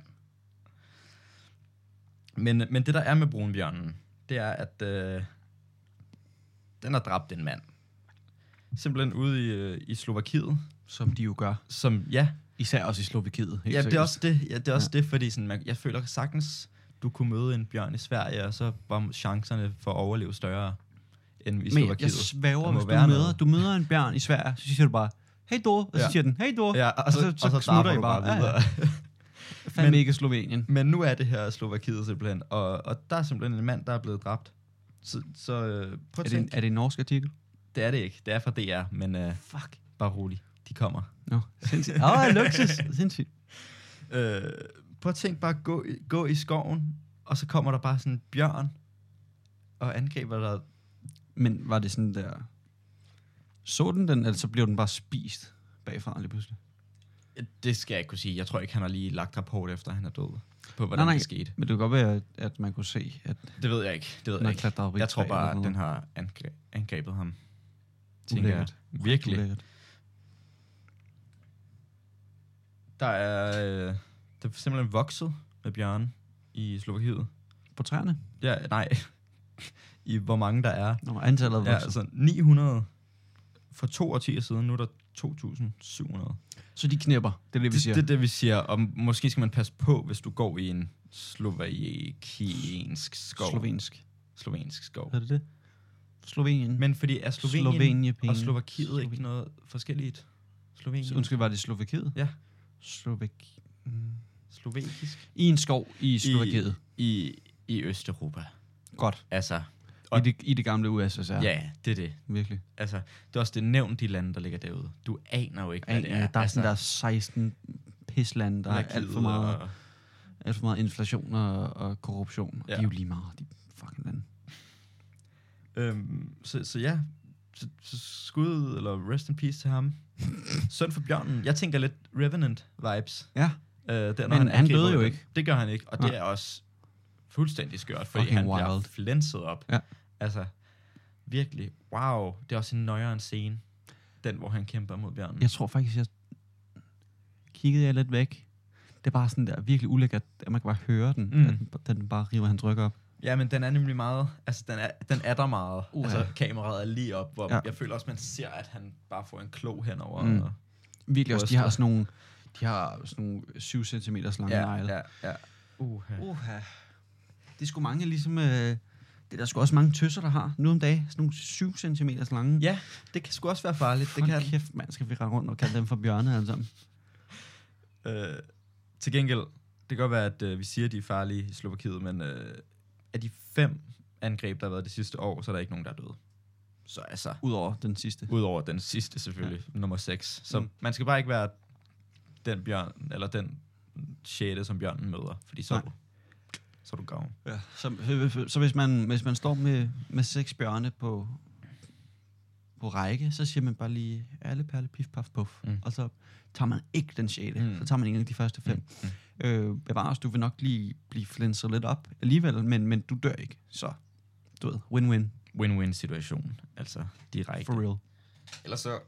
Men, men det, der er med brunbjørnen, det er, at øh, den har dræbt en mand. Simpelthen ude i, øh, i Slovakiet, Som de jo gør. som, ja, Især også i Slovakiet. helt ja det er sikkert. også det, ja, det, er også det fordi sådan, man, jeg føler sagtens, du kunne møde en bjørn i Sverige, og så var chancerne for at overleve større end i Men Slovakiet. jeg svæver, Der må hvis du være møder, noget. du møder en bjørn i Sverige, så siger du bare, hey Dor, og så Ja. siger den, hey Dor, Ja, og så, og så, og så smutter I du bare bare. Ja, ja. videre. (laughs) fandme ikke Slovenien. Men nu er det her Slovakiet simpelthen, og, og der er simpelthen en mand, der er blevet dræbt. Så, så øh, prøv Er at det, en, tænke. er det en norsk artikel? Det er det ikke. Det er fra DR, men øh, Fuck. bare rolig. De kommer. Nå, sindssygt. Åh, oh, (laughs) luksus. Sindssygt. Øh, prøv at tænke bare at gå, i- gå i skoven, og så kommer der bare sådan en bjørn og angriber dig. Men var det sådan der... Så den den, eller så blev den bare spist bagfra lige pludselig? Det skal jeg ikke kunne sige. Jeg tror ikke, han har lige lagt rapport efter, han er død. På hvordan Nej, nej. det skete. Men det kunne godt være, at- at man kunne se, at Det ved jeg ikke. Det ved den jeg har ikke. klatret op i Jeg tror bare, at den har... har angre- angrebet ham. Tænker jeg. Ulækkert. Virkelig. Der er, øh, der er simpelthen vokset med bjørne i Slovakiet. På træerne? Ja, nej. (laughs) I hvor mange der er. Nå, antallet Ja, ja, altså. altså 900 for to årtier siden. Nu er der 2.700. Så de knæpper, det er det, vi Det, siger. det er det, vi siger. Og måske skal man passe på, hvis du går i en slovakiensk skov. Slovensk. Slovensk skov. Er det det? Slovenien. Men fordi er Slovenien Slovenien og Slovakiet Sloven. ikke noget forskelligt? Slovenien? Undskyld, var det Slovakiet? Ja. Slovak... Mm. Slovakisk? I en skov i Slovakiet. I, i Østeuropa. Godt. Altså, I det, I det gamle USSR. ja. ja, det er det. Virkelig. Altså, det er også det nævnt, de lande, der ligger derude. Du aner jo ikke, hvad Ja, det er. der er sådan, der altså, er 16 pislande, der er alt for, meget, Og, alt for meget inflation og, og korruption. Ja. Ja. De er jo lige meget, de fucking lande. øhm, så, så ja, så, så skud, eller rest in peace (laughs) til ham. Søn for bjørnen. Jeg tænker lidt Revenant-vibes. Ja. Øh, der, når Men han angriber døde jo dem. ikke. Det gør han ikke, og det Nej. er også fuldstændig skørt, fordi Fucking han bliver wild. flænset op. Ja. Altså, virkelig, wow. Det er også en nøjeren scene, den hvor han kæmper mod bjørnen. Jeg tror faktisk, jeg kiggede jeg lidt væk. Det er bare sådan der virkelig ulækkert, at man kan bare høre den, Mm. mm. at den, at den bare river hans ryg op. Ja, men den er nemlig meget, altså den er, den er der meget. Uha. Altså kameraet er lige op, hvor Ja. ja. jeg føler også, man ser, at han bare får en klog henover. Mm. Og, Virkelig også, de Bryster. har sådan nogle, de har sådan nogle 7 cm lange ja, negle. ja, ja. Uha. Uha. Det er sgu mange, ligesom... Øh, det er der sgu også mange tøsser, der har nu om dagen. Sådan nogle 7 cm lange. Ja, det kan sgu også være farligt. Det Hold kan. kæft, mand, skal vi rende rundt og kalde dem for bjørne alle sammen. Øh, til gengæld, det kan godt være, at øh, vi siger, at de er farlige i Slovakiet, men øh, af de fem angreb, der har været det sidste år, så er der ikke nogen, der er døde. Så altså, Udover den sidste. udover den sidste selvfølgelig, ja. nummer 6. Så Mm. mm. man skal bare ikke være den bjørn, eller den sjette, som bjørnen møder, fordi så, er Nej. du, så er du gavn. Ja. Så, øh, så hvis, man, hvis man står med, med seks bjørne på, på række, så siger man bare lige alle perle, pif, paf, puff. Mm. Mm. Og så tager man ikke den sjette. Mm. Mm. Så tager man ikke de første fem. Mm. Mm. Øh, bevares, du vil nok lige blive flænset lidt op alligevel, men, men du dør ikke. Så, du ved, win-win, Win-win situation, altså direkte. for real. Ellers så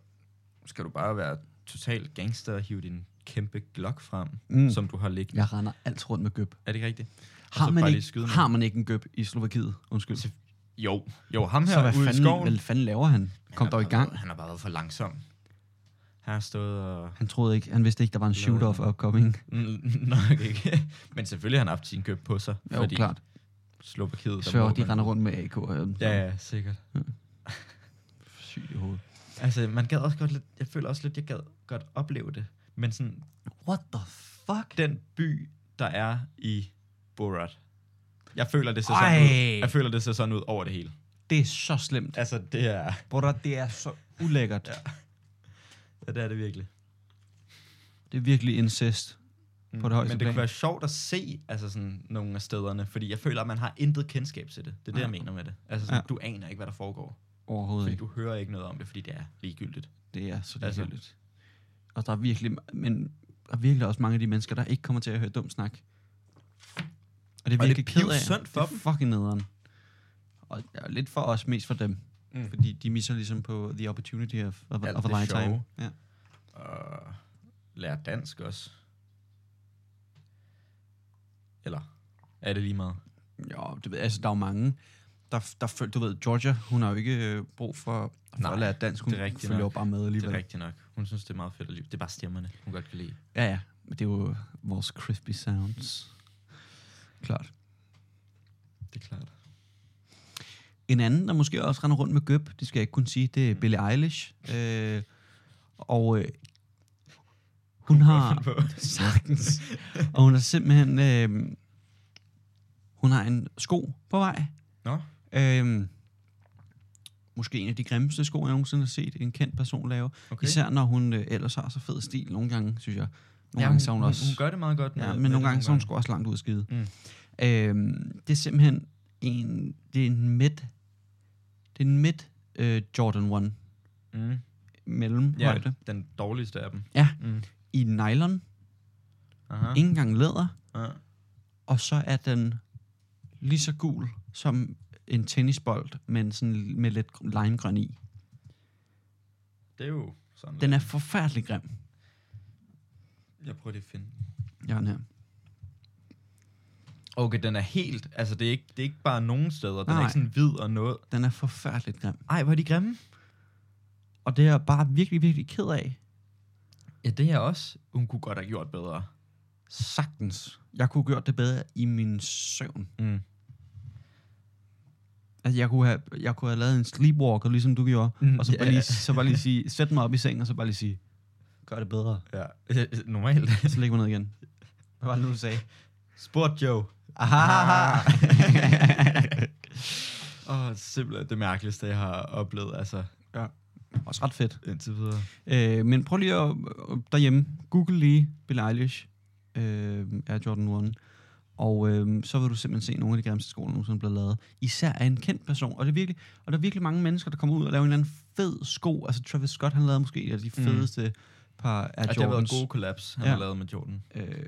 skal du bare være total gangster og hive din kæmpe glok frem, Mm. mm. som du har liggende. Jeg render altid rundt med gøb. Er det ikke rigtigt? Og Har så man, bare lige ikke, skyde med- har man ikke en gøb i Slovakiet? Undskyld. Så Jo, jo, ham her Så hvad ude i fanden, skoven. hvad fanden laver han? Kom Han dog har i gang. bare- Han har bare været for langsom. Han har stået og... Han troede ikke, han vidste ikke, der var en shoot-off upcoming. Mm, Nok ikke. Men selvfølgelig har han haft sin køb på sig. Jo, Fordi klart. Slovakiet, Jeg der sværger, må de man- render rundt med AK og hjelm. Ja, ja, sikkert. Sygt i hovedet. Altså, man gad også godt lidt... Jeg føler også lidt, jeg gad godt opleve det. Men sådan, What the fuck? den by, der er i Borat. Jeg føler, det ser Ej. sådan ud. Jeg føler, det ser sådan ud over det hele. Det er så slemt. Altså, det er... Bror, det er så ulækkert. ja. Ja, det er det virkelig. Det er virkelig incest. Mm. på det højeste Men det plan. kunne være sjovt at se altså sådan, nogle af stederne, fordi jeg føler, at man har intet kendskab til det. Det er det, Ja. jeg mener med det. Altså, sådan, Ja. ja. du aner ikke, hvad der foregår. Overhovedet Fordi ikke. du hører ikke noget om det, fordi det er ligegyldigt. Det er så Altså. ligegyldigt. Altså. Og der er virkelig, men der er virkelig også mange af de mennesker, der ikke kommer til at høre dum snak. Og det er Og det er virkelig ked af. pivsynd for det er dem. fucking nederen. Og ja, lidt for os, mest for dem. Mm. Fordi de misser ligesom på the opportunity of, of, Alt of det a lifetime. sjove. Ja. Og lære dansk også. Eller er det lige meget? Jo, det ved jeg, altså, der er jo mange. Der, der, føl- du ved, Georgia, hun har jo ikke øh, brug for, for Nej, at lære dansk. Hun det er rigtigt følger jo nok. bare med Det alligevel. er rigtigt nok. Hun synes, det er meget fedt at lide. Det er bare stemmerne, hun godt kan lide. Ja, ja. Men det er jo vores crispy sounds. Klart. Det er klart. En anden, der måske også render rundt med gøb, det skal jeg ikke kunne sige, det er Mm. Billie Eilish. Øh, og øh, hun har (laughs) sagtens, og hun har simpelthen, øh, hun har en sko på vej, Nå, Øhm, måske en af de grimmeste sko, jeg nogensinde har set en kendt person lave. Okay. Okay. Især når hun øh, ellers har så fed stil nogle gange, synes jeg. ja, Nogle ja, hun, gange så hun, hun, også... hun, gør det meget godt. Ja, med- men med nogle det gange, så er hun sgu også langt ud af skide. Mm. Øhm, det er simpelthen en, det er en midt, det er en midt øh, Jordan 1 Mm. mellem ja. Ja, højde den dårligste af dem. Ja. Mm. i nylon, Aha. ikke engang læder, Ja. og så er den lige så gul som en tennisbold, men sådan med lidt limegrøn i. Det er jo sådan. Den er forfærdelig grim. Jeg prøver lige at finde. Jeg har den her. Okay, den er helt... Altså, det er ikke, det er ikke bare nogen steder. Den er Nej. ikke sådan hvid og noget. Den er forfærdeligt grim. Ej, hvor er de grimme. Og det er jeg bare virkelig, virkelig ked af. Ja, det er jeg også. Hun kunne godt have gjort bedre. Sagtens. Jeg kunne have gjort det bedre i min søvn. Mm. Altså, jeg kunne have, jeg kunne have lavet en sleepwalker, ligesom du gjorde, Mm, mm, og så bare, ja. lige, så bare lige sige, sæt mig op i sengen, og så bare lige sige, gør det bedre. Ja, (laughs) øh, øh, normalt. Så lægger mig ned igen. Hvad var det nu, du sagde? Sport Joe. Aha! Åh, simpelthen det mærkeligste, jeg har oplevet, altså, (laughs) Også ret fedt. indtil videre. Øh, men prøv lige at, øh, derhjemme, google lige Billie Eilish, øh, er Jordan 1, og øh, så vil du simpelthen se nogle af de grimmeste sko, der nogensinde er blevet lavet. Især af en kendt person, og, det er virkelig, og der er virkelig mange mennesker, der kommer ud og laver en eller anden fed sko. Altså Travis Scott, han lavede måske et af de Mm. fedeste par af Og det har været Jordans. gode kollaps, han Ja. har lavet med Jordan. Øh,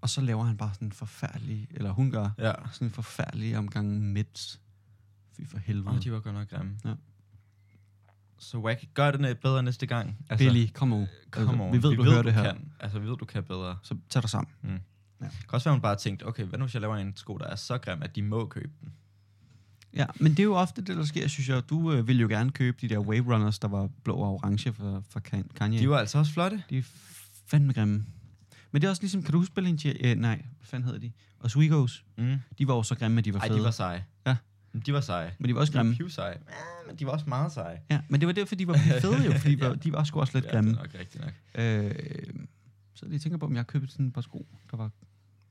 og så laver han bare sådan en forfærdelig, eller hun gør, Ja. sådan en forfærdelig omgang midt. Fy for helvede. Åh, Oh, de var godt nok grimme. Ja. Så whack, gør det næ- bedre næste gang. altså, Billy, kom nu. Come on. vi ved, du hører det her. Kan. Altså, vi ved, du kan bedre. Så tag dig sammen. Det kan også være, hun bare tænkte, okay, hvad nu hvis jeg laver en sko, der er så grim, at de må købe den? Ja, men det er jo ofte det, der sker, synes jeg. Du øh, ville jo gerne købe de der Wave Runners, der var blå og orange for, for Kan- Kanye. De var altså også flotte. de er fandme grimme. Men det er også ligesom, kan du huske Balenciaga? Øh, nej, hvad fanden hedder de? Og Swigos. Mm. De var jo så grimme, at de var Ej, fede. de var seje. Ja. De var seje. Men de var også De var grimme. pivseje. Ja, men de var også meget seje. Ja, men det var derfor, de var fede jo, fordi de var, de var sgu også lidt (laughs) ja, grimme. det er nok rigtigt nok. Øh, så jeg tænker på, om jeg har købt sådan et par sko, der var...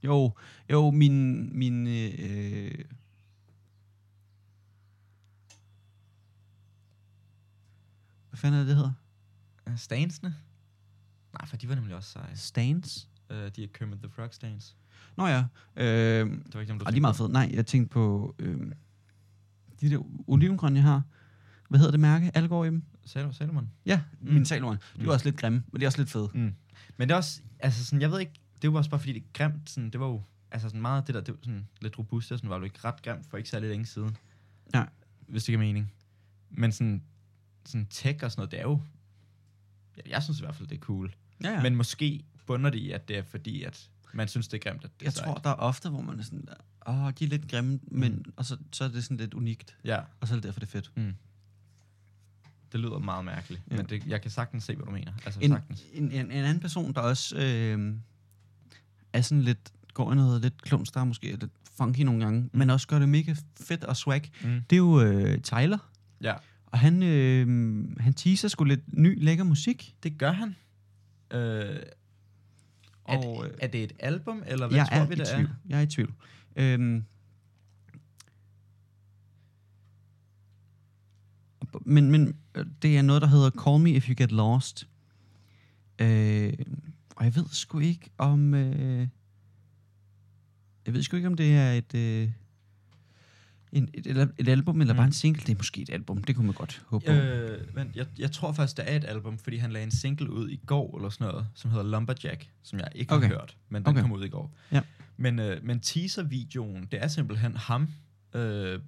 Jo, jo, min... min øh, hvad fanden er det, det hedder? Øh, Stansene? Nej, for de var nemlig også seje. Stans? Øh, de er Kermit the Frog stans. Nå ja, øh, Det var ikke dem, du og de er meget fede. Nej, jeg tænkte på øh, de der olivengrønne, jeg har. Hvad hedder det mærke? Algor i dem? Sal- Salomon. Ja, Mm. mm. min Salomon. De er Mm. også lidt grimme, men de er også lidt fede. Mm. Men det er også, altså sådan, jeg ved ikke, det var også bare fordi det er grimt, sådan, det var jo, altså sådan meget af det der, det var sådan lidt robust, og sådan var jo ikke ret grimt for ikke særlig længe siden. Nej. Hvis det giver mening. Men sådan, sådan tech og sådan noget, det er jo, jeg, jeg synes i hvert fald, det er cool. Ja, Ja. Men måske bunder det i, at det er fordi, at man synes, det er grimt, at det er Jeg sejt. tror, der er ofte, hvor man er sådan, åh, de er lidt grimme, men, Mm. og så, så er det sådan lidt unikt, Ja, og så er det derfor, det er fedt. det lyder meget mærkeligt, ja. Ja. men det, jeg kan sagtens se, hvad du mener. Altså En, sagtens. en, en, en anden person, der også øh, er sådan lidt, går i noget lidt klumster, måske er lidt funky nogle gange, men også gør det mega fedt og swag, Mm. det er jo øh, Tyler. Ja. Og han, øh, han teaser sgu lidt ny, lækker musik. Det gør han. Øh, Og, er, øh, det, er det et album, eller hvad Jeg tror er, vi, i det tvivl. er? Jeg er i tvivl. Øhm, men, men øh, det er noget, der hedder Call Me If You Get Lost. Øh, og jeg ved sgu ikke om... Øh, jeg ved sgu ikke, om det er et... Øh, en, et, et, et album, eller Mm. mm. bare en single. Det er måske et album. Det kunne man godt håbe på. Øh, men jeg, jeg tror faktisk, der er et album, fordi han lagde en single ud i går, eller sådan noget, som hedder Lumberjack, som jeg ikke Okay. har hørt, men den Okay. kom ud i går. Ja. Men, øh, men teaser-videoen, det er simpelthen ham, øh,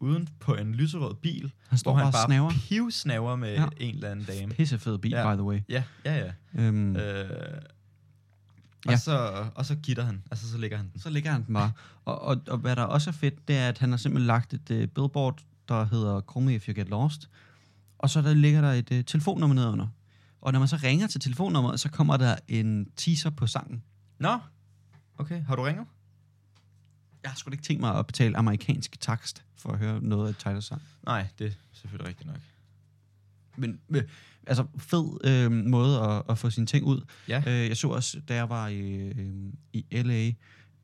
uden på en lyserød bil, Han står hvor bare han og bare snaver. pivsnaver med ja. Ja. en eller anden dame. Pissefed beat, Ja. ja. by the way. Ja, ja, ja. Øhm, Øh, og, Ja. så, og så gitter han, altså så ligger han den. Så ligger han den bare. Og, og, og hvad der også er fedt, det er, at han har simpelthen lagt et uh, billboard, der hedder Call me if you get lost. Og så der ligger der et uh, telefonnummer nedenunder. Og når man så ringer til telefonnummeret, så kommer der en teaser på sangen. Nå, okay, har du ringet? Jeg har sgu da ikke tænkt mig at betale amerikansk takst for at høre noget af Tyler's sang. Nej, det er selvfølgelig rigtigt nok. Men øh, altså, fed øh, måde at, at få sine ting ud. Ja. Øh, jeg så også, da jeg var i, øh, i L.A.,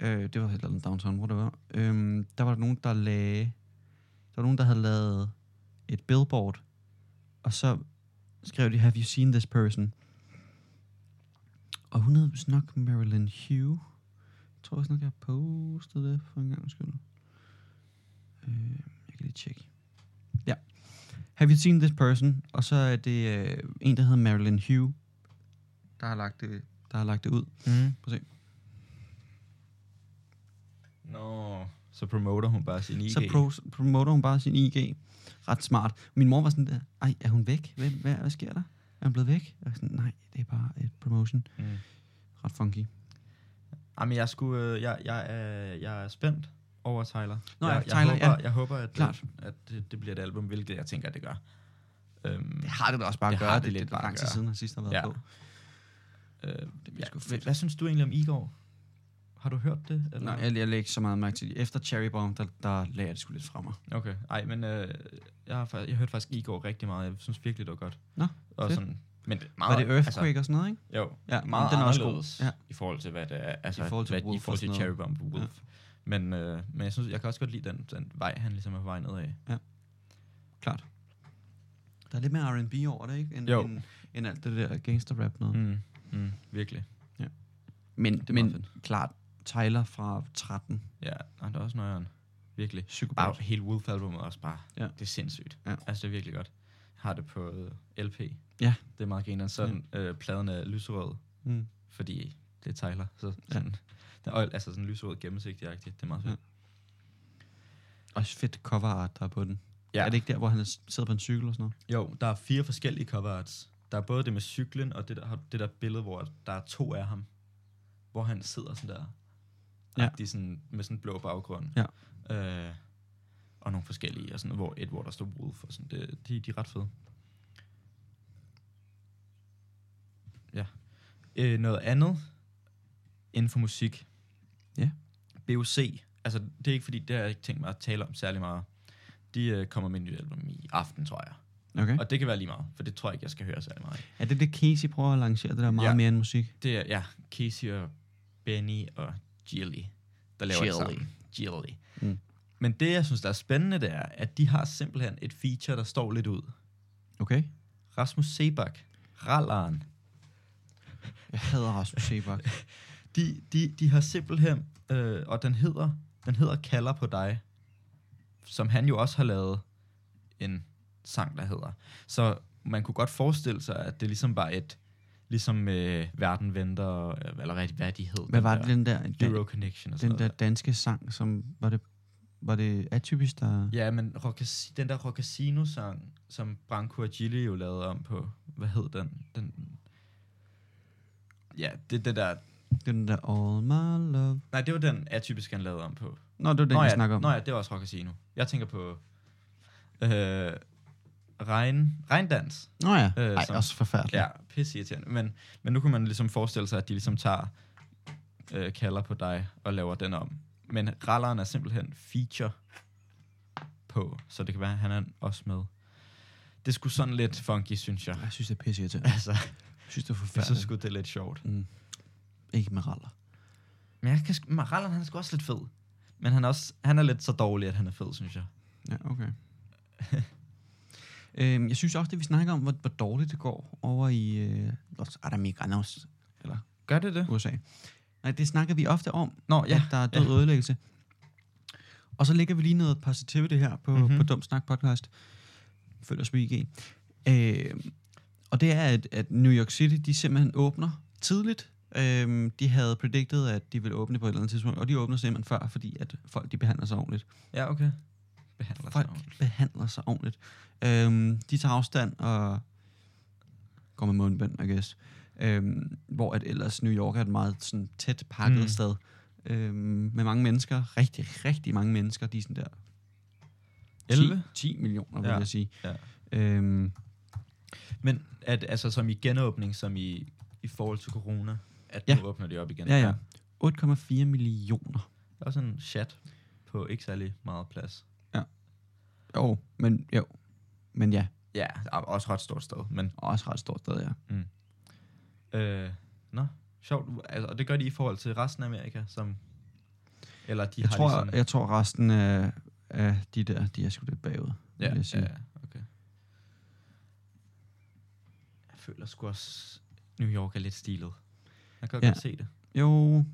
øh, det var et eller andet downtown, hvor det var, øh, der var der nogen, der lagde, der Der var nogen, der havde lavet et billboard, og så skrev de, have you seen this person? Og hun hed vist nok Marilyn Hugh. Jeg tror også nok, jeg postede det for en gang skyld. Øh, jeg kan lige tjekke. Ja. Have you seen this person? Og så er det øh, en, der hedder Marilyn Hugh, der har lagt det, der har lagt det ud. Mm. Prøv at se. Nå, så promoter hun bare sin IG. Så pro- promoter hun bare sin IG. Ret smart. Min mor var sådan der, ej, er hun væk? Hvad, hvad, hvad sker der? Er hun blevet væk? Jeg var sådan, nej, det er bare et promotion. Mm. Ret funky. Jamen, jeg, skulle, øh, jeg, jeg, er, jeg er spændt over Tyler. Nå ja, jeg, jeg, Tyler, håber, ja. jeg håber, at, øh, Klart. at det, det bliver et album, hvilket jeg tænker, det gør. Øhm, Det har det da også bare at Det gøre. har Det, det det, lidt det er bare lang at tid gøre. siden, han sidst har været Ja. på. øh, Det bliver ja, sgu hvad, fedt. hvad synes du egentlig om Igor? Har du hørt det? Eller? Nej, jeg, jeg lagde ikke så meget mærke til det. Efter Cherry Bomb, der, der lagde jeg det sgu lidt fra mig. Okay, ej, men øh, jeg, har, fa- jeg hørte faktisk Igor rigtig meget. Jeg synes virkelig, det var godt. Nå, og fedt. sådan, men det- meget, Var det Earthquake altså, og sådan noget, ikke? Altså, jo, Ja, meget den er også god. anderledes Ja. i forhold til, hvad det er. Altså, I forhold til hvad, i Wolf forhold og til sådan Cherry noget. Bomb Wolf. Men, øh, men jeg, synes, jeg kan også godt lide den, den vej, han ligesom er på vej nedad. Klart. Der er lidt mere R&B over det, ikke? End, Jo. End, end alt det der gangster-rap noget. Mm. Mm, mm, virkelig. Men, er men meget fedt. klart, Tyler fra 13. Ja, han er også nøjeren. Virkelig. Psykopat. Bare hele Wolf-albumet er også bare. Ja. Det er sindssygt. Ja. Altså, det er virkelig godt. Jeg har det på øh, LP. Ja. Det er meget grineren. Sådan, øh, pladen er lyserød, Mm. fordi det er Tyler. Så sådan, ja. der, altså sådan lyserød gennemsigtig Det er meget fedt. Ja. Også fedt cover art, der er på den. Ja. Ja. Er det ikke der, hvor han er s- sidder på en cykel og sådan noget? Jo, der er fire forskellige cover arts. Der er både det med cyklen, og det der, det der billede, hvor der er to af ham. Hvor han sidder sådan der. Ja. Ja. sådan, med sådan en blå baggrund. Ja. Øh, og nogle forskellige, og sådan, hvor et, hvor der står Wolf, og sådan, det, de, de er ret fede. Ja. Øh, noget andet inden for musik. Ja. BOC, altså det er ikke fordi, det har jeg ikke tænkt mig at tale om særlig meget. De øh, kommer med et nyt album i aften, tror jeg. Okay. Og det kan være lige meget, for det tror jeg ikke, jeg skal høre særlig meget. af. Er det det, Casey prøver at lancere, det der meget Ja. mere end musik? Det er, ja, Casey og Benny og Jilly, der laver det Jilly. sammen. Jilly. Mm. Mm. Men det, jeg synes, der er spændende, det er, at de har simpelthen et feature, der står lidt ud. Okay. Rasmus Sebak, Rallaren, Jeg hader (laughs) Rasmus Sebak. de, de, de har simpelthen, øh, og den hedder, den hedder Kalder på dig, som han jo også har lavet en sang, der hedder. Så man kunne godt forestille sig, at det ligesom var et, ligesom øh, Verden venter, øh, eller hvad, hvad de hed. Hvad var der det, den der, den, Euro Connection og sådan den der noget. danske sang, som var det, var det atypisk, der... Ja, men Rockas- den der Roccasino-sang, som Branko og Gilly jo lavede om på, hvad hed den? den ja, det, det der... Den der All My Love. Nej, det var den atypisk, han lavede om på. Nå, det var den, Nå vi ja, snakker om. Nå ja, det var også Rock Casino. Jeg tænker på øh, regn, regndans. Nå ja. Øh, Ej, som- også forfærdeligt. Ja, pisse irriterende. Men, men nu kunne man ligesom forestille sig, at de ligesom tager øh, kalder på dig og laver den om. Men ralleren er simpelthen feature på, så det kan være, at han er også med. Det skulle sådan lidt funky, synes jeg. (laughs) Jeg synes, det er pisse irriterende. Altså, Jeg synes, det er jeg synes forfærdeligt. sgu, det er lidt sjovt. Mm. Ikke med raller. Men jeg kan, sk- men ralleren, han er sgu også lidt fed. Men han er, også, han er lidt så dårlig, at han er fed, synes jeg. Ja, okay. (laughs) øhm, jeg synes også, det vi snakker om, hvor, hvor dårligt det går over i øh, Los Aramiganos, eller Gør det det? USA. Nej, det snakker vi ofte om, Nå, ja, ja. at der er død ja. ødelæggelse. Og så lægger vi lige noget positivity her på, mm-hmm. Mhm. på Dum Snak Podcast. Følg os på IG. Øh, og det er, at, at New York City, de simpelthen åbner tidligt. Øh, de havde predicted, at de ville åbne på et eller andet tidspunkt, og de åbner simpelthen før, fordi at folk de behandler sig ordentligt. Ja, okay. Behandler sig Folk behandler sig ordentligt. Øhm, de tager afstand og går med mundbind, I guess. Øhm, hvor at ellers New York er et meget sådan, tæt pakket mm. Mm. sted. Øhm, med mange mennesker. Rigtig, rigtig mange mennesker. De er sådan der 10, 11? 10 millioner, vil Ja, jeg sige. ja. Øhm, Men at, altså som i genåbning, som i, i forhold til corona, at Ja. nu åbner de op igen. ja, ja. 8,4 millioner. Der er også en chat på ikke særlig meget plads. Jo, men jo. Men ja, Ja, der er også ret stort sted, men... også ret stort sted, ja. Øh, nå, sjovt. Altså, og det gør de i forhold til resten af Amerika, som... Eller de Jeg har tror, ligesom... jeg tror resten af Ja, de der, de er sgu lidt bagud. vil Ja, jeg sige. ja, okay. Jeg føler sgu også, New York er lidt stilet. Jeg kan Ja. ja. godt se det. Jo,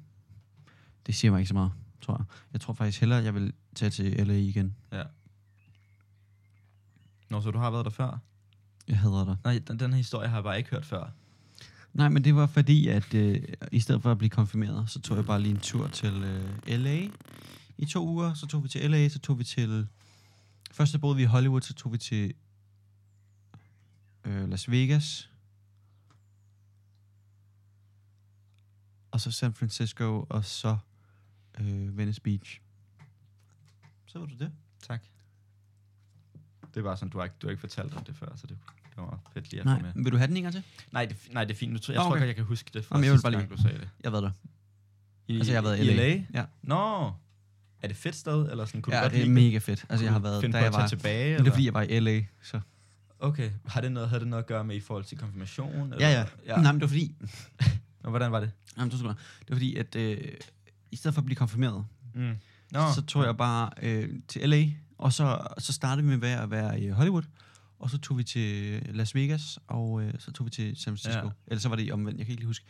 det siger mig ikke så meget, tror jeg. Jeg tror faktisk hellere, at jeg vil tage til LA igen. Nå, så du har været der før? Jeg hader dig. Nej, den, den her historie har jeg bare ikke hørt før. Nej, men det var fordi, at øh, i stedet for at blive konfirmeret, så tog jeg bare lige en tur til øh, LA i to uger. Så tog vi til LA, så tog vi til... Først så boede vi i Hollywood, så tog vi til øh, Las Vegas. Og så San Francisco, og så øh, Venice Beach. Så var du det. Tak. Det var sådan, du har ikke, du har ikke fortalt om det før, så det, det var fedt lige at få Nej, med. vil du have den en gang til? Nej, det, nej, det er fint. Jeg tror, jeg Nå, tror okay. godt, jeg kan huske det fra Jamen, jeg vil sidste bare lige- gang, du sagde det. Jeg ved det. I, Altså, jeg har været i i LA. LA. Ja. Nå, er det fedt sted, eller sådan, kunne ja, du godt det er lide mega fedt. Altså, jeg har været, finde da på jeg at tage var... tilbage, Men eller? det er fordi, jeg var i LA, så... Okay, har det noget, havde det noget at gøre med i forhold til konfirmation? Eller? Ja, ja. ja. Nej, men det var fordi... Nå, hvordan var det? Jamen, du skal bare- det var fordi, at øh, i stedet for at blive konfirmeret, Mm. Nå, så tog jeg bare øh, til LA, og så, så startede vi med at være i Hollywood, og så tog vi til Las Vegas, og øh, så tog vi til San Francisco. Ja. Ja. Eller så var det omvendt, jeg kan ikke lige huske.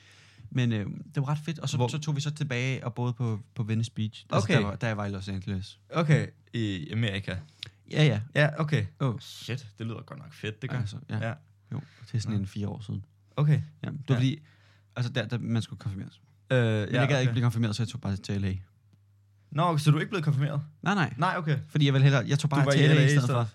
Men øh, det var ret fedt, og så, Hvor- så tog vi så tilbage og boede på, på Venice Beach, altså, Okay. der, var, der jeg var i Los Angeles. okay, i Amerika. Ja, ja. Ja, okay. Åh. Shit, det lyder godt nok fedt, det gør. Altså, ja. Ja. Jo, det er sådan Nå. en fire år siden. Okay. Ja, det Ja. var ja. fordi, altså der, der, man skulle konfirmeres. Øh, Men ja, jeg gad okay. ikke blive konfirmeret, så jeg tog bare til LA. Nå, så du er ikke blevet konfirmeret? Nej, nej. Nej, okay. Fordi jeg ville hellere, jeg tog Du bare var til i LA, LA i i stedet for. stedet.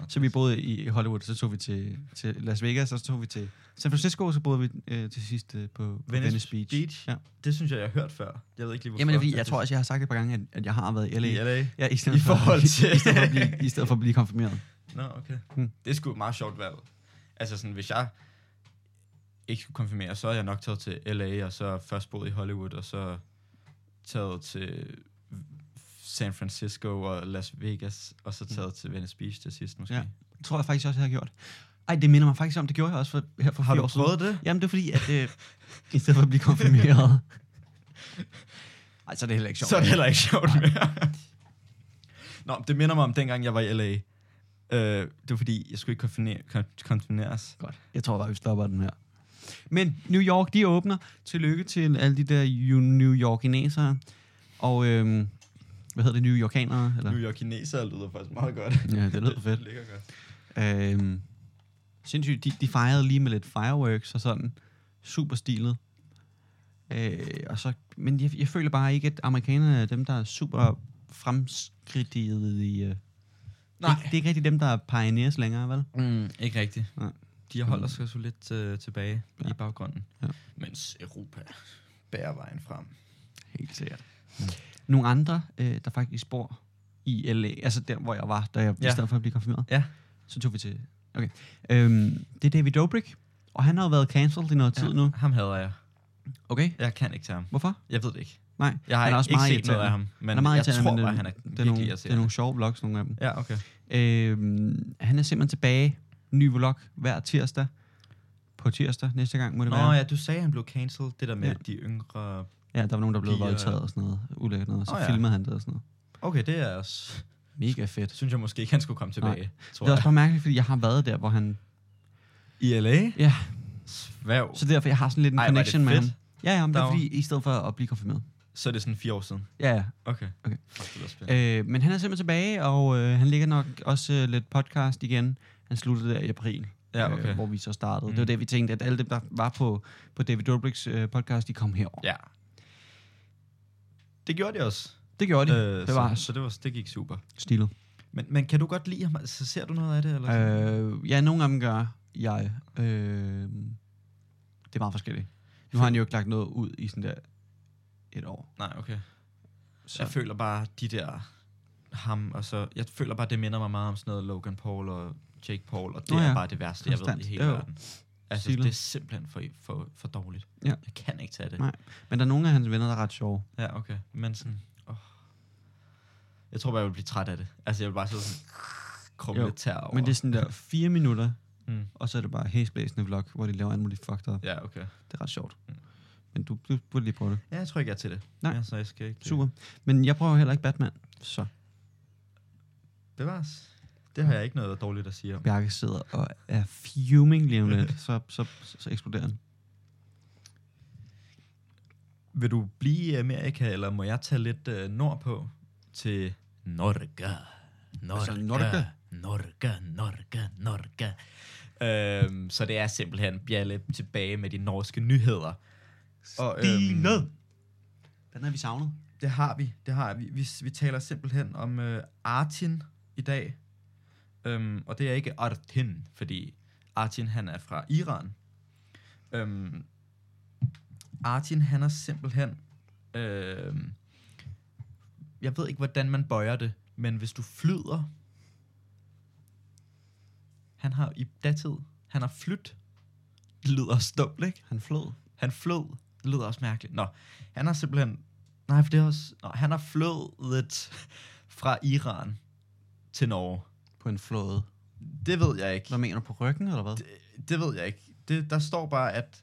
Ja. Så vi boede i Hollywood, så tog vi til, til Las Vegas, og så tog vi til San Francisco, og så boede vi øh, til sidst øh, på på Venice, Venice Beach. Beach. Ja. Ja. Det synes jeg, jeg har hørt før. Jeg ved ikke lige, hvorfor. Jamen, det er fordi, jeg tror også, jeg har sagt et par gange, at, at jeg har været i LA. I LA. Ja, i stedet, I forhold til- i, stedet for at blive, I stedet for at blive konfirmeret. Nå, okay. Hmm. Hmm. Det er sgu et meget sjovt valg. Altså sådan, hvis jeg ikke skulle konfirmere, så er jeg nok taget til LA, og så først boet i Hollywood, og så taget til San Francisco og Las Vegas, og så taget til Venice Beach til sidst måske. (laughs) Hmm. Ja. Det tror jeg faktisk også, jeg har gjort. Ej, det minder mig faktisk om, det gjorde jeg også for, her for Har fire du år siden. prøvet det? Jamen, det er fordi, at øh, i stedet for at blive konfirmeret... Ej, så er det heller ikke sjovt. Så er det heller ikke sjovt mere. (laughs) Nå, det minder mig om dengang, jeg var i LA. Øh, det var fordi, jeg skulle ikke konfirmere- kon- konfirmeres. Godt. Jeg tror bare, vi stopper den her. Men New York, de åbner. Tillykke til alle de der ju- New Yorkinesere. Og, øhm, hvad hedder det, New Yorkanere? Eller? New York kineser lyder faktisk meget godt. Ja, (laughs) det lød fedt. Det ligger godt. Øhm, sindssygt, de, de fejrede lige med lidt fireworks og sådan. Super stilet. Øh, og så, men jeg, jeg føler bare ikke, at amerikanerne er dem, der er super fremskridtige. i, Øh. Nej. Det, det er ikke rigtig dem, der er pioneers længere, vel? Mm, ikke rigtigt. Nej. Mm. De har holdt os også lidt øh, tilbage Ja. ja. i baggrunden. Ja. Ja. Mens Europa bærer vejen frem. Helt sikkert. Nogle andre, øh, der faktisk bor i LA, altså der, hvor jeg var, da jeg, ja. i Ja. stedet for at blive konfirmeret. Ja. Så tog vi til... Okay. Øhm, det er David Dobrik, og han har jo været cancelled i noget ja. tid nu. Ham hader jeg. Okay. Jeg kan ikke tage ham. Hvorfor? Jeg ved det ikke. Nej. Jeg har Han ikke, er også ikke meget set noget af irriterende. ham. Men er meget jeg irriterende, tror men, øh, bare, han er Det er, virkelig nogle, det er irriterende. nogle sjove vlogs, nogle af dem. Ja, okay. Øhm, han er simpelthen tilbage. Ny vlog hver tirsdag. På tirsdag næste gang, må det Nå være. ja, du sagde, han blev cancelled. Det der med Ja. ja. de yngre... Ja, der var nogen, der blev Piger. voldtaget og sådan noget. Ulækkert noget. Så Åh, oh, ja. ja. filmede han det og sådan noget. Okay, det er også... Mega fedt. Synes jeg måske ikke, han skulle komme tilbage, tror Det er jeg. også bare mærkeligt, fordi jeg har været der, hvor han... I LA? Ja, Svæv. Så derfor, jeg har sådan lidt en Ej, hvor er det connection med ham. fedt. Ja, ja, men det er Dag. fordi, i stedet for at blive konfirmeret. Så er det sådan fire år siden. Ja, ja. Okay. Okay. Fuck, det lyder spændende. Øh, men han er simpelthen tilbage, og øh, han ligger nok også øh, lidt podcast igen. Han sluttede der i april, øh, Ja, okay. hvor vi så startede. Mm. Mm. Det var det, vi tænkte, at alle dem, der var på, på David Dobrik's øh, podcast, de kom herover. Ja. Ja. Det gjorde de også. Det gjorde de. Øh, det var så, så det, var, det gik super. stilet. Men, men kan du godt lide ham? Så ser du noget af det? Eller sådan? Øh, ja, nogle af dem gør jeg. Øh, det er meget forskelligt. Nu har han jo ikke lagt noget ud i sådan der et år. Nej, okay. Så. Jeg Så, føler bare de der ham, og så... Jeg føler bare, det minder mig meget om sådan noget Logan Paul og Jake Paul, og det Nå oh, ja. ja. er bare det værste, Konstant. jeg ved Konstant. i hele Jo. verden. Altså, Stilet. det er simpelthen for, for, for dårligt. Ja. Jeg kan ikke tage det. Nej. men der er nogle af hans venner, der er ret sjove. Ja, okay. Men sådan... Oh. Jeg tror bare, jeg vil blive træt af det. Altså, jeg vil bare sidde sådan... Krumme Jo, lidt tær over. Men det er sådan der fire minutter, Mm. og så er det bare hæsblæsende vlog, hvor de laver alt muligt fucked up. Ja, okay. Det er ret sjovt. Mm. Men du, du burde lige prøve det. Ja, jeg tror ikke, øh, jeg er til det. Nej. Ja, så jeg skal ikke... Super. Men jeg prøver heller ikke Batman, så Bevares. Det har jeg ikke noget dårligt at sige om. Bjarke sidder og er fuming lige om (laughs) lidt, så, så, så, så eksploderer han. Vil du blive i Amerika, eller må jeg tage lidt øh, nordpå til Norge? Altså, Norge? Norge, Norge, Norge. Øhm, så det er simpelthen Bjalle tilbage med de norske nyheder. Og, øhm, Den har vi savnet. Det har vi, det har vi. Vi, vi taler simpelthen om øh, Artin i dag. Øhm, og det er ikke Artin, fordi Artin han er fra Iran. Øhm, Artin han er simpelthen... Øhm, jeg ved ikke, hvordan man bøjer det, men hvis du flyder... Han har i datid, han har flyt. Det lyder stumt, ikke? Han flød. Han flød. Det lyder også mærkeligt. Nå, han har simpelthen... Nej, for det er også... Nå, han har flødet fra Iran til Norge. På en flåde. Det ved jeg ikke. Hvad mener du, på ryggen, eller hvad? Det, det ved jeg ikke. Det, der står bare, at,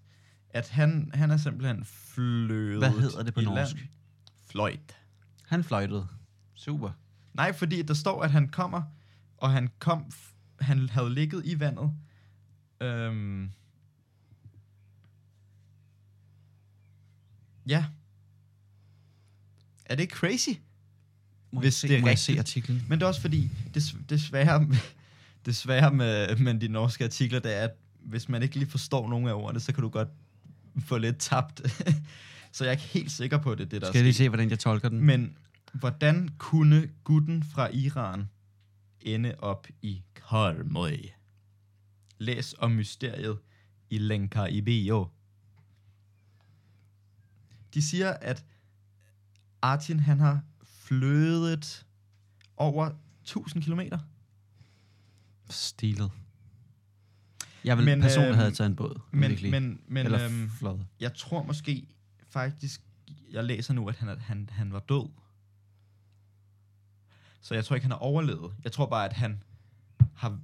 at han, han er simpelthen flødet Hvad hedder det på i norsk? Land. Fløjt. Han fløjtede. Super. Nej, fordi der står, at han kommer, og han kom... f- Han havde ligget i vandet. Øhm. Ja. Er det ikke crazy? Må Hvis jeg se, det er må jeg se rigtigt. artiklen? Men det er også fordi, des, desværre, (laughs) desværre med, med de norske artikler, det er, at hvis man ikke lige forstår nogen af ordene, så kan du godt få lidt tabt. (laughs) så jeg er ikke helt sikker på at det, er det der Skal jeg lige se, hvordan jeg tolker den? Men hvordan kunne gutten fra Iran ende op i Karmøy? Læs om mysteriet i Lenka i B.O. De siger, at Artin han har flødet over 1000 kilometer. Stilet. Jeg vil Men, personligt øhm, have taget en båd. Men, virkelig. men, men eller øhm, fløjet. jeg tror måske faktisk, jeg læser nu, at han, er- han, han var død. Så jeg tror ikke, han har overlevet. Jeg tror bare, at han har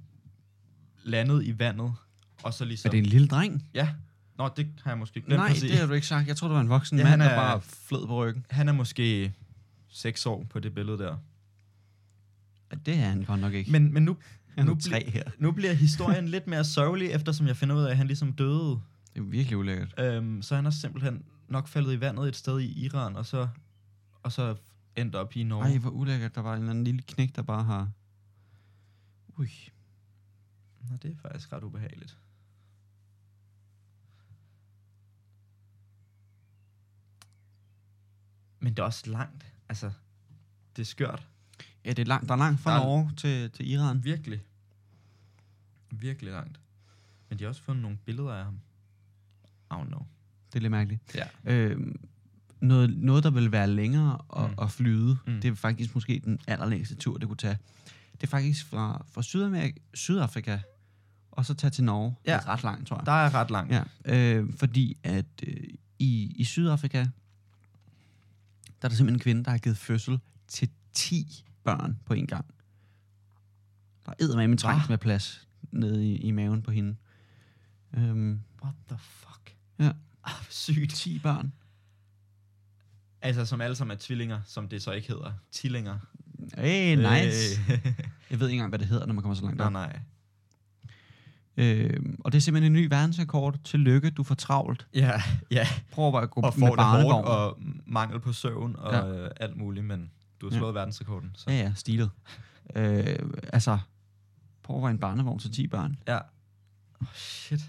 landet i vandet, og så ligesom... Er det en lille dreng? Ja. Nå, det har jeg måske glemt Nej, at sige. det har du ikke sagt. Jeg tror, det var en voksen Ja, ja, mand, han der er- bare flød på ryggen. Han er måske 6 år på det billede der. Ja, Det er han godt nok ikke. Men, men nu, han nu er bli- tre her. nu bliver historien lidt mere sørgelig, eftersom jeg finder ud af, at han ligesom døde. Det er virkelig ulækkert. Øhm, så han er simpelthen nok faldet i vandet et sted i Iran, og så, og så endt op i Norge. Ej, hvor ulækkert. Der var en eller anden lille knæk, der bare har... Ui. Nå, det er faktisk ret ubehageligt. Men det er også langt. Altså, det er skørt. Ja, det er langt, der er langt fra Der er- Norge til, til Iran. Virkelig. Virkelig langt. Men de har også fundet nogle billeder af ham. I don't know. Det er lidt mærkeligt. Ja. Øh, noget, noget, der vil være længere at, Mm. mm. at flyde, Mm. mm. det er faktisk måske den allerlængste tur, det kunne tage. Det er faktisk fra, fra Sydamerika, Sydafrika, og så tage til Norge. Ja. Det er ret langt, tror jeg. Der er ret langt. Ja, øh, fordi at øh, i, i Sydafrika, der er der simpelthen en kvinde, der har givet fødsel til 10 børn på en gang. Der er eddermame trængt med plads nede i, i maven på hende. Øhm, What the fuck? Ja. Ah, hvor sygt. 10 børn. Altså, som alle sammen er tvillinger, som det så ikke hedder. Tillinger. Hey, nice. Øh. Øh, Jeg ved ikke engang, hvad det hedder, når man kommer så langt nej, op. nej. Øh, og det er simpelthen en ny verdensrekord. Tillykke, du får travlt. Ja, ja. Prøv at bare at gå og med får det hårdt, barnevogn. og mangel på søvn og Ja. ja. alt muligt, men du har Ja. slået ja. verdensrekorden. Så. Ja, ja, stilet. Øh, altså, prøv at være en barnevogn til 10 børn. Ja. Oh, shit.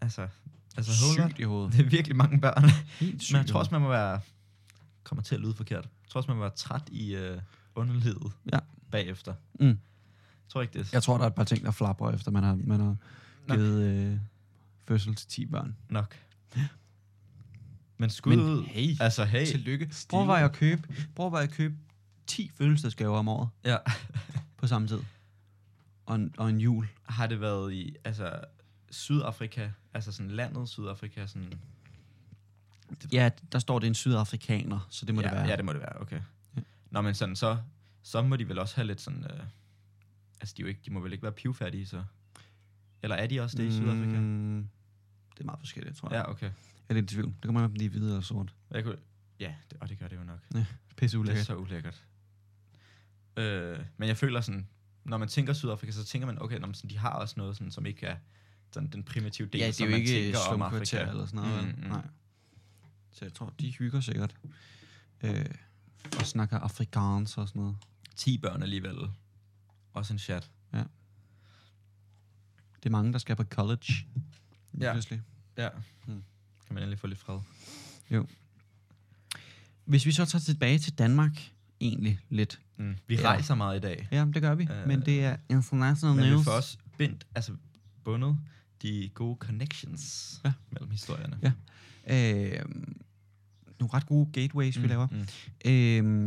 Altså, altså Sygt. Sygt i hovedet. det er virkelig mange børn. Helt sygt. Men jeg tror også, man må være... kommer til at lyde forkert. Jeg tror også, man må være træt i øh, underlivet Ja. bagefter. Mm. Jeg tror ikke, det er... jeg tror, der er et par ting, der flapper, efter man har, man har Nå. givet øh, fødsel til 10 børn. nok. Men skud Men ud. hey, altså, hey. Tillykke. Prøv at, være at købe, prøv at, være at købe 10 fødselsdagsgaver om året Ja. (laughs) på samme tid. Og en, og en jul. Har det været i altså, Sydafrika? Altså sådan landet Sydafrika? Sådan, Ja, der står, det er en sydafrikaner, så det må ja, det være. Ja, det må det være, okay. Ja. Ja. Nå, men sådan, så, så må de vel også have lidt sådan... Øh, altså, de, er jo ikke, de må vel ikke være pivfærdige, så... Eller er de også det mm. i Sydafrika? Mm, det er meget forskelligt, tror jeg. Ja. Ja, okay. Jeg er lidt i tvivl. Det kommer an på, om de er hvide eller sort. Jeg kunne, ja, det, og det gør det jo nok. Pisse Det er ulækkert. så ulækkert. Øh, men jeg føler sådan, når man tænker Sydafrika, så tænker man, okay, nå, men sådan, de har også noget, sådan, som ikke er sådan, den primitive del, ja, det er som jo man ikke tænker om Afrika. slumkvarter eller sådan noget. Mm, Mm, mm. mm. Nej. Så jeg tror, de hygger sikkert. Øh, og snakker afrikaans og sådan noget. 10 børn alligevel. Også en chat. Det er mange, der skal på college. Ja. Ja. Pludselig. Ja. Mm. Kan man endelig få lidt fred. Hvis vi så tager tilbage til Danmark, egentlig lidt. Mm. Vi Ja. rejser meget i dag. Ja, det gør vi. Øh, Øh, men det er international Men vi news. får også bindt, altså bundet de gode connections ja. Ja. mellem historierne. Ja, Øh, nogle ret gode gateways, mm. vi laver. Mm.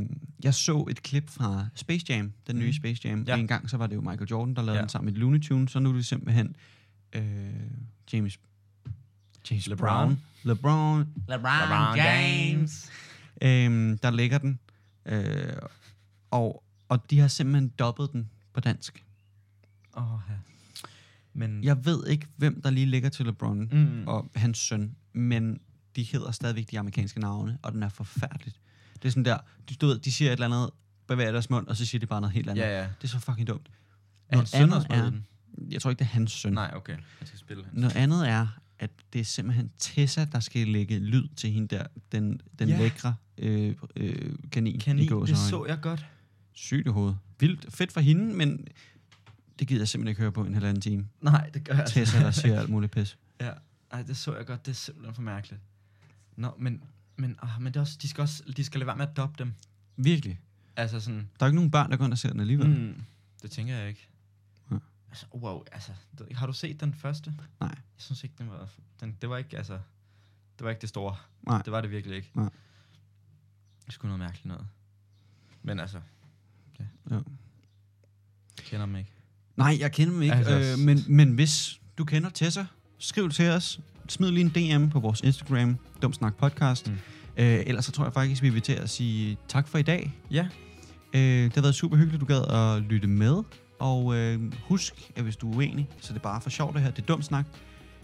Øh, jeg så et klip fra Space Jam, den nye Mm. Space Jam. Ja. Ja. En gang så var det jo Michael Jordan, der lavede Ja. ja. den sammen med Looney Tunes, så nu er det simpelthen øh, James, James LeBron. LeBron. LeBron. LeBron James. Øhm, der ligger den. Øh, og, og de har simpelthen dobbet den på dansk. Åh, ja. Men... Jeg ved ikke, hvem der lige ligger til LeBron Mm. og hans søn, men de hedder stadigvæk de amerikanske navne, og den er forfærdeligt. Det er sådan der, du, du ved, de siger et eller andet, bevæger deres mund, og så siger de bare noget helt andet. Ja, ja. Det er så fucking dumt. Er hans Noget søn andet også med i er- den? Jeg tror ikke, det er hans søn. Nej, okay. Han skal spille hans. Noget andet er, at det er simpelthen Tessa, der skal lægge lyd til hende der, den, den Ja. ja. lækre øh, øh, kanin, Kanin, i det gåseøjne. så jeg godt. Sygt i hovedet. Vildt fedt for hende, men det gider jeg simpelthen ikke høre på en halvanden (laughs) time. Nej, det gør jeg altså. Tessa, der siger alt muligt pis. Ja, (laughs) Ej, det så jeg godt. Det er simpelthen for mærkeligt. Nå, men, men, åh, men det er også, de skal også de skal lade være med at doppe dem. Virkelig. Altså sådan, Der er ikke nogen børn, der går ind og ser den alligevel. Mm. mm, det tænker jeg ikke. Ja. Altså, wow, altså, det ved jeg ikke. har du set den første? Nej. Jeg synes ikke, den var, den, det var ikke, altså, det var ikke det store. Nej. Det var det virkelig ikke. Nej. Det skulle noget mærkeligt noget. Men altså, ja. Ja. Kender dem ikke. Nej, jeg kender dem ikke, Altså- altså. øh, men, men hvis du kender Tessa, skriv til os. Smid lige en DM på vores Instagram, Dum Snak Podcast. Mm. Mm. Øh, ellers så tror jeg faktisk, vi vil til at sige tak for i dag. Ja, Øh, det har været super hyggeligt, du gad at lytte med. Og øh, husk, at hvis du er uenig, så er det bare for sjov det her. Det er dum snak.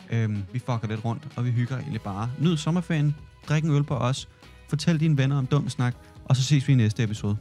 Øh, vi fucker lidt rundt, og vi hygger egentlig bare. Nyd sommerferien, drik en øl på os, fortæl dine venner om dum snak, og så ses vi i næste episode.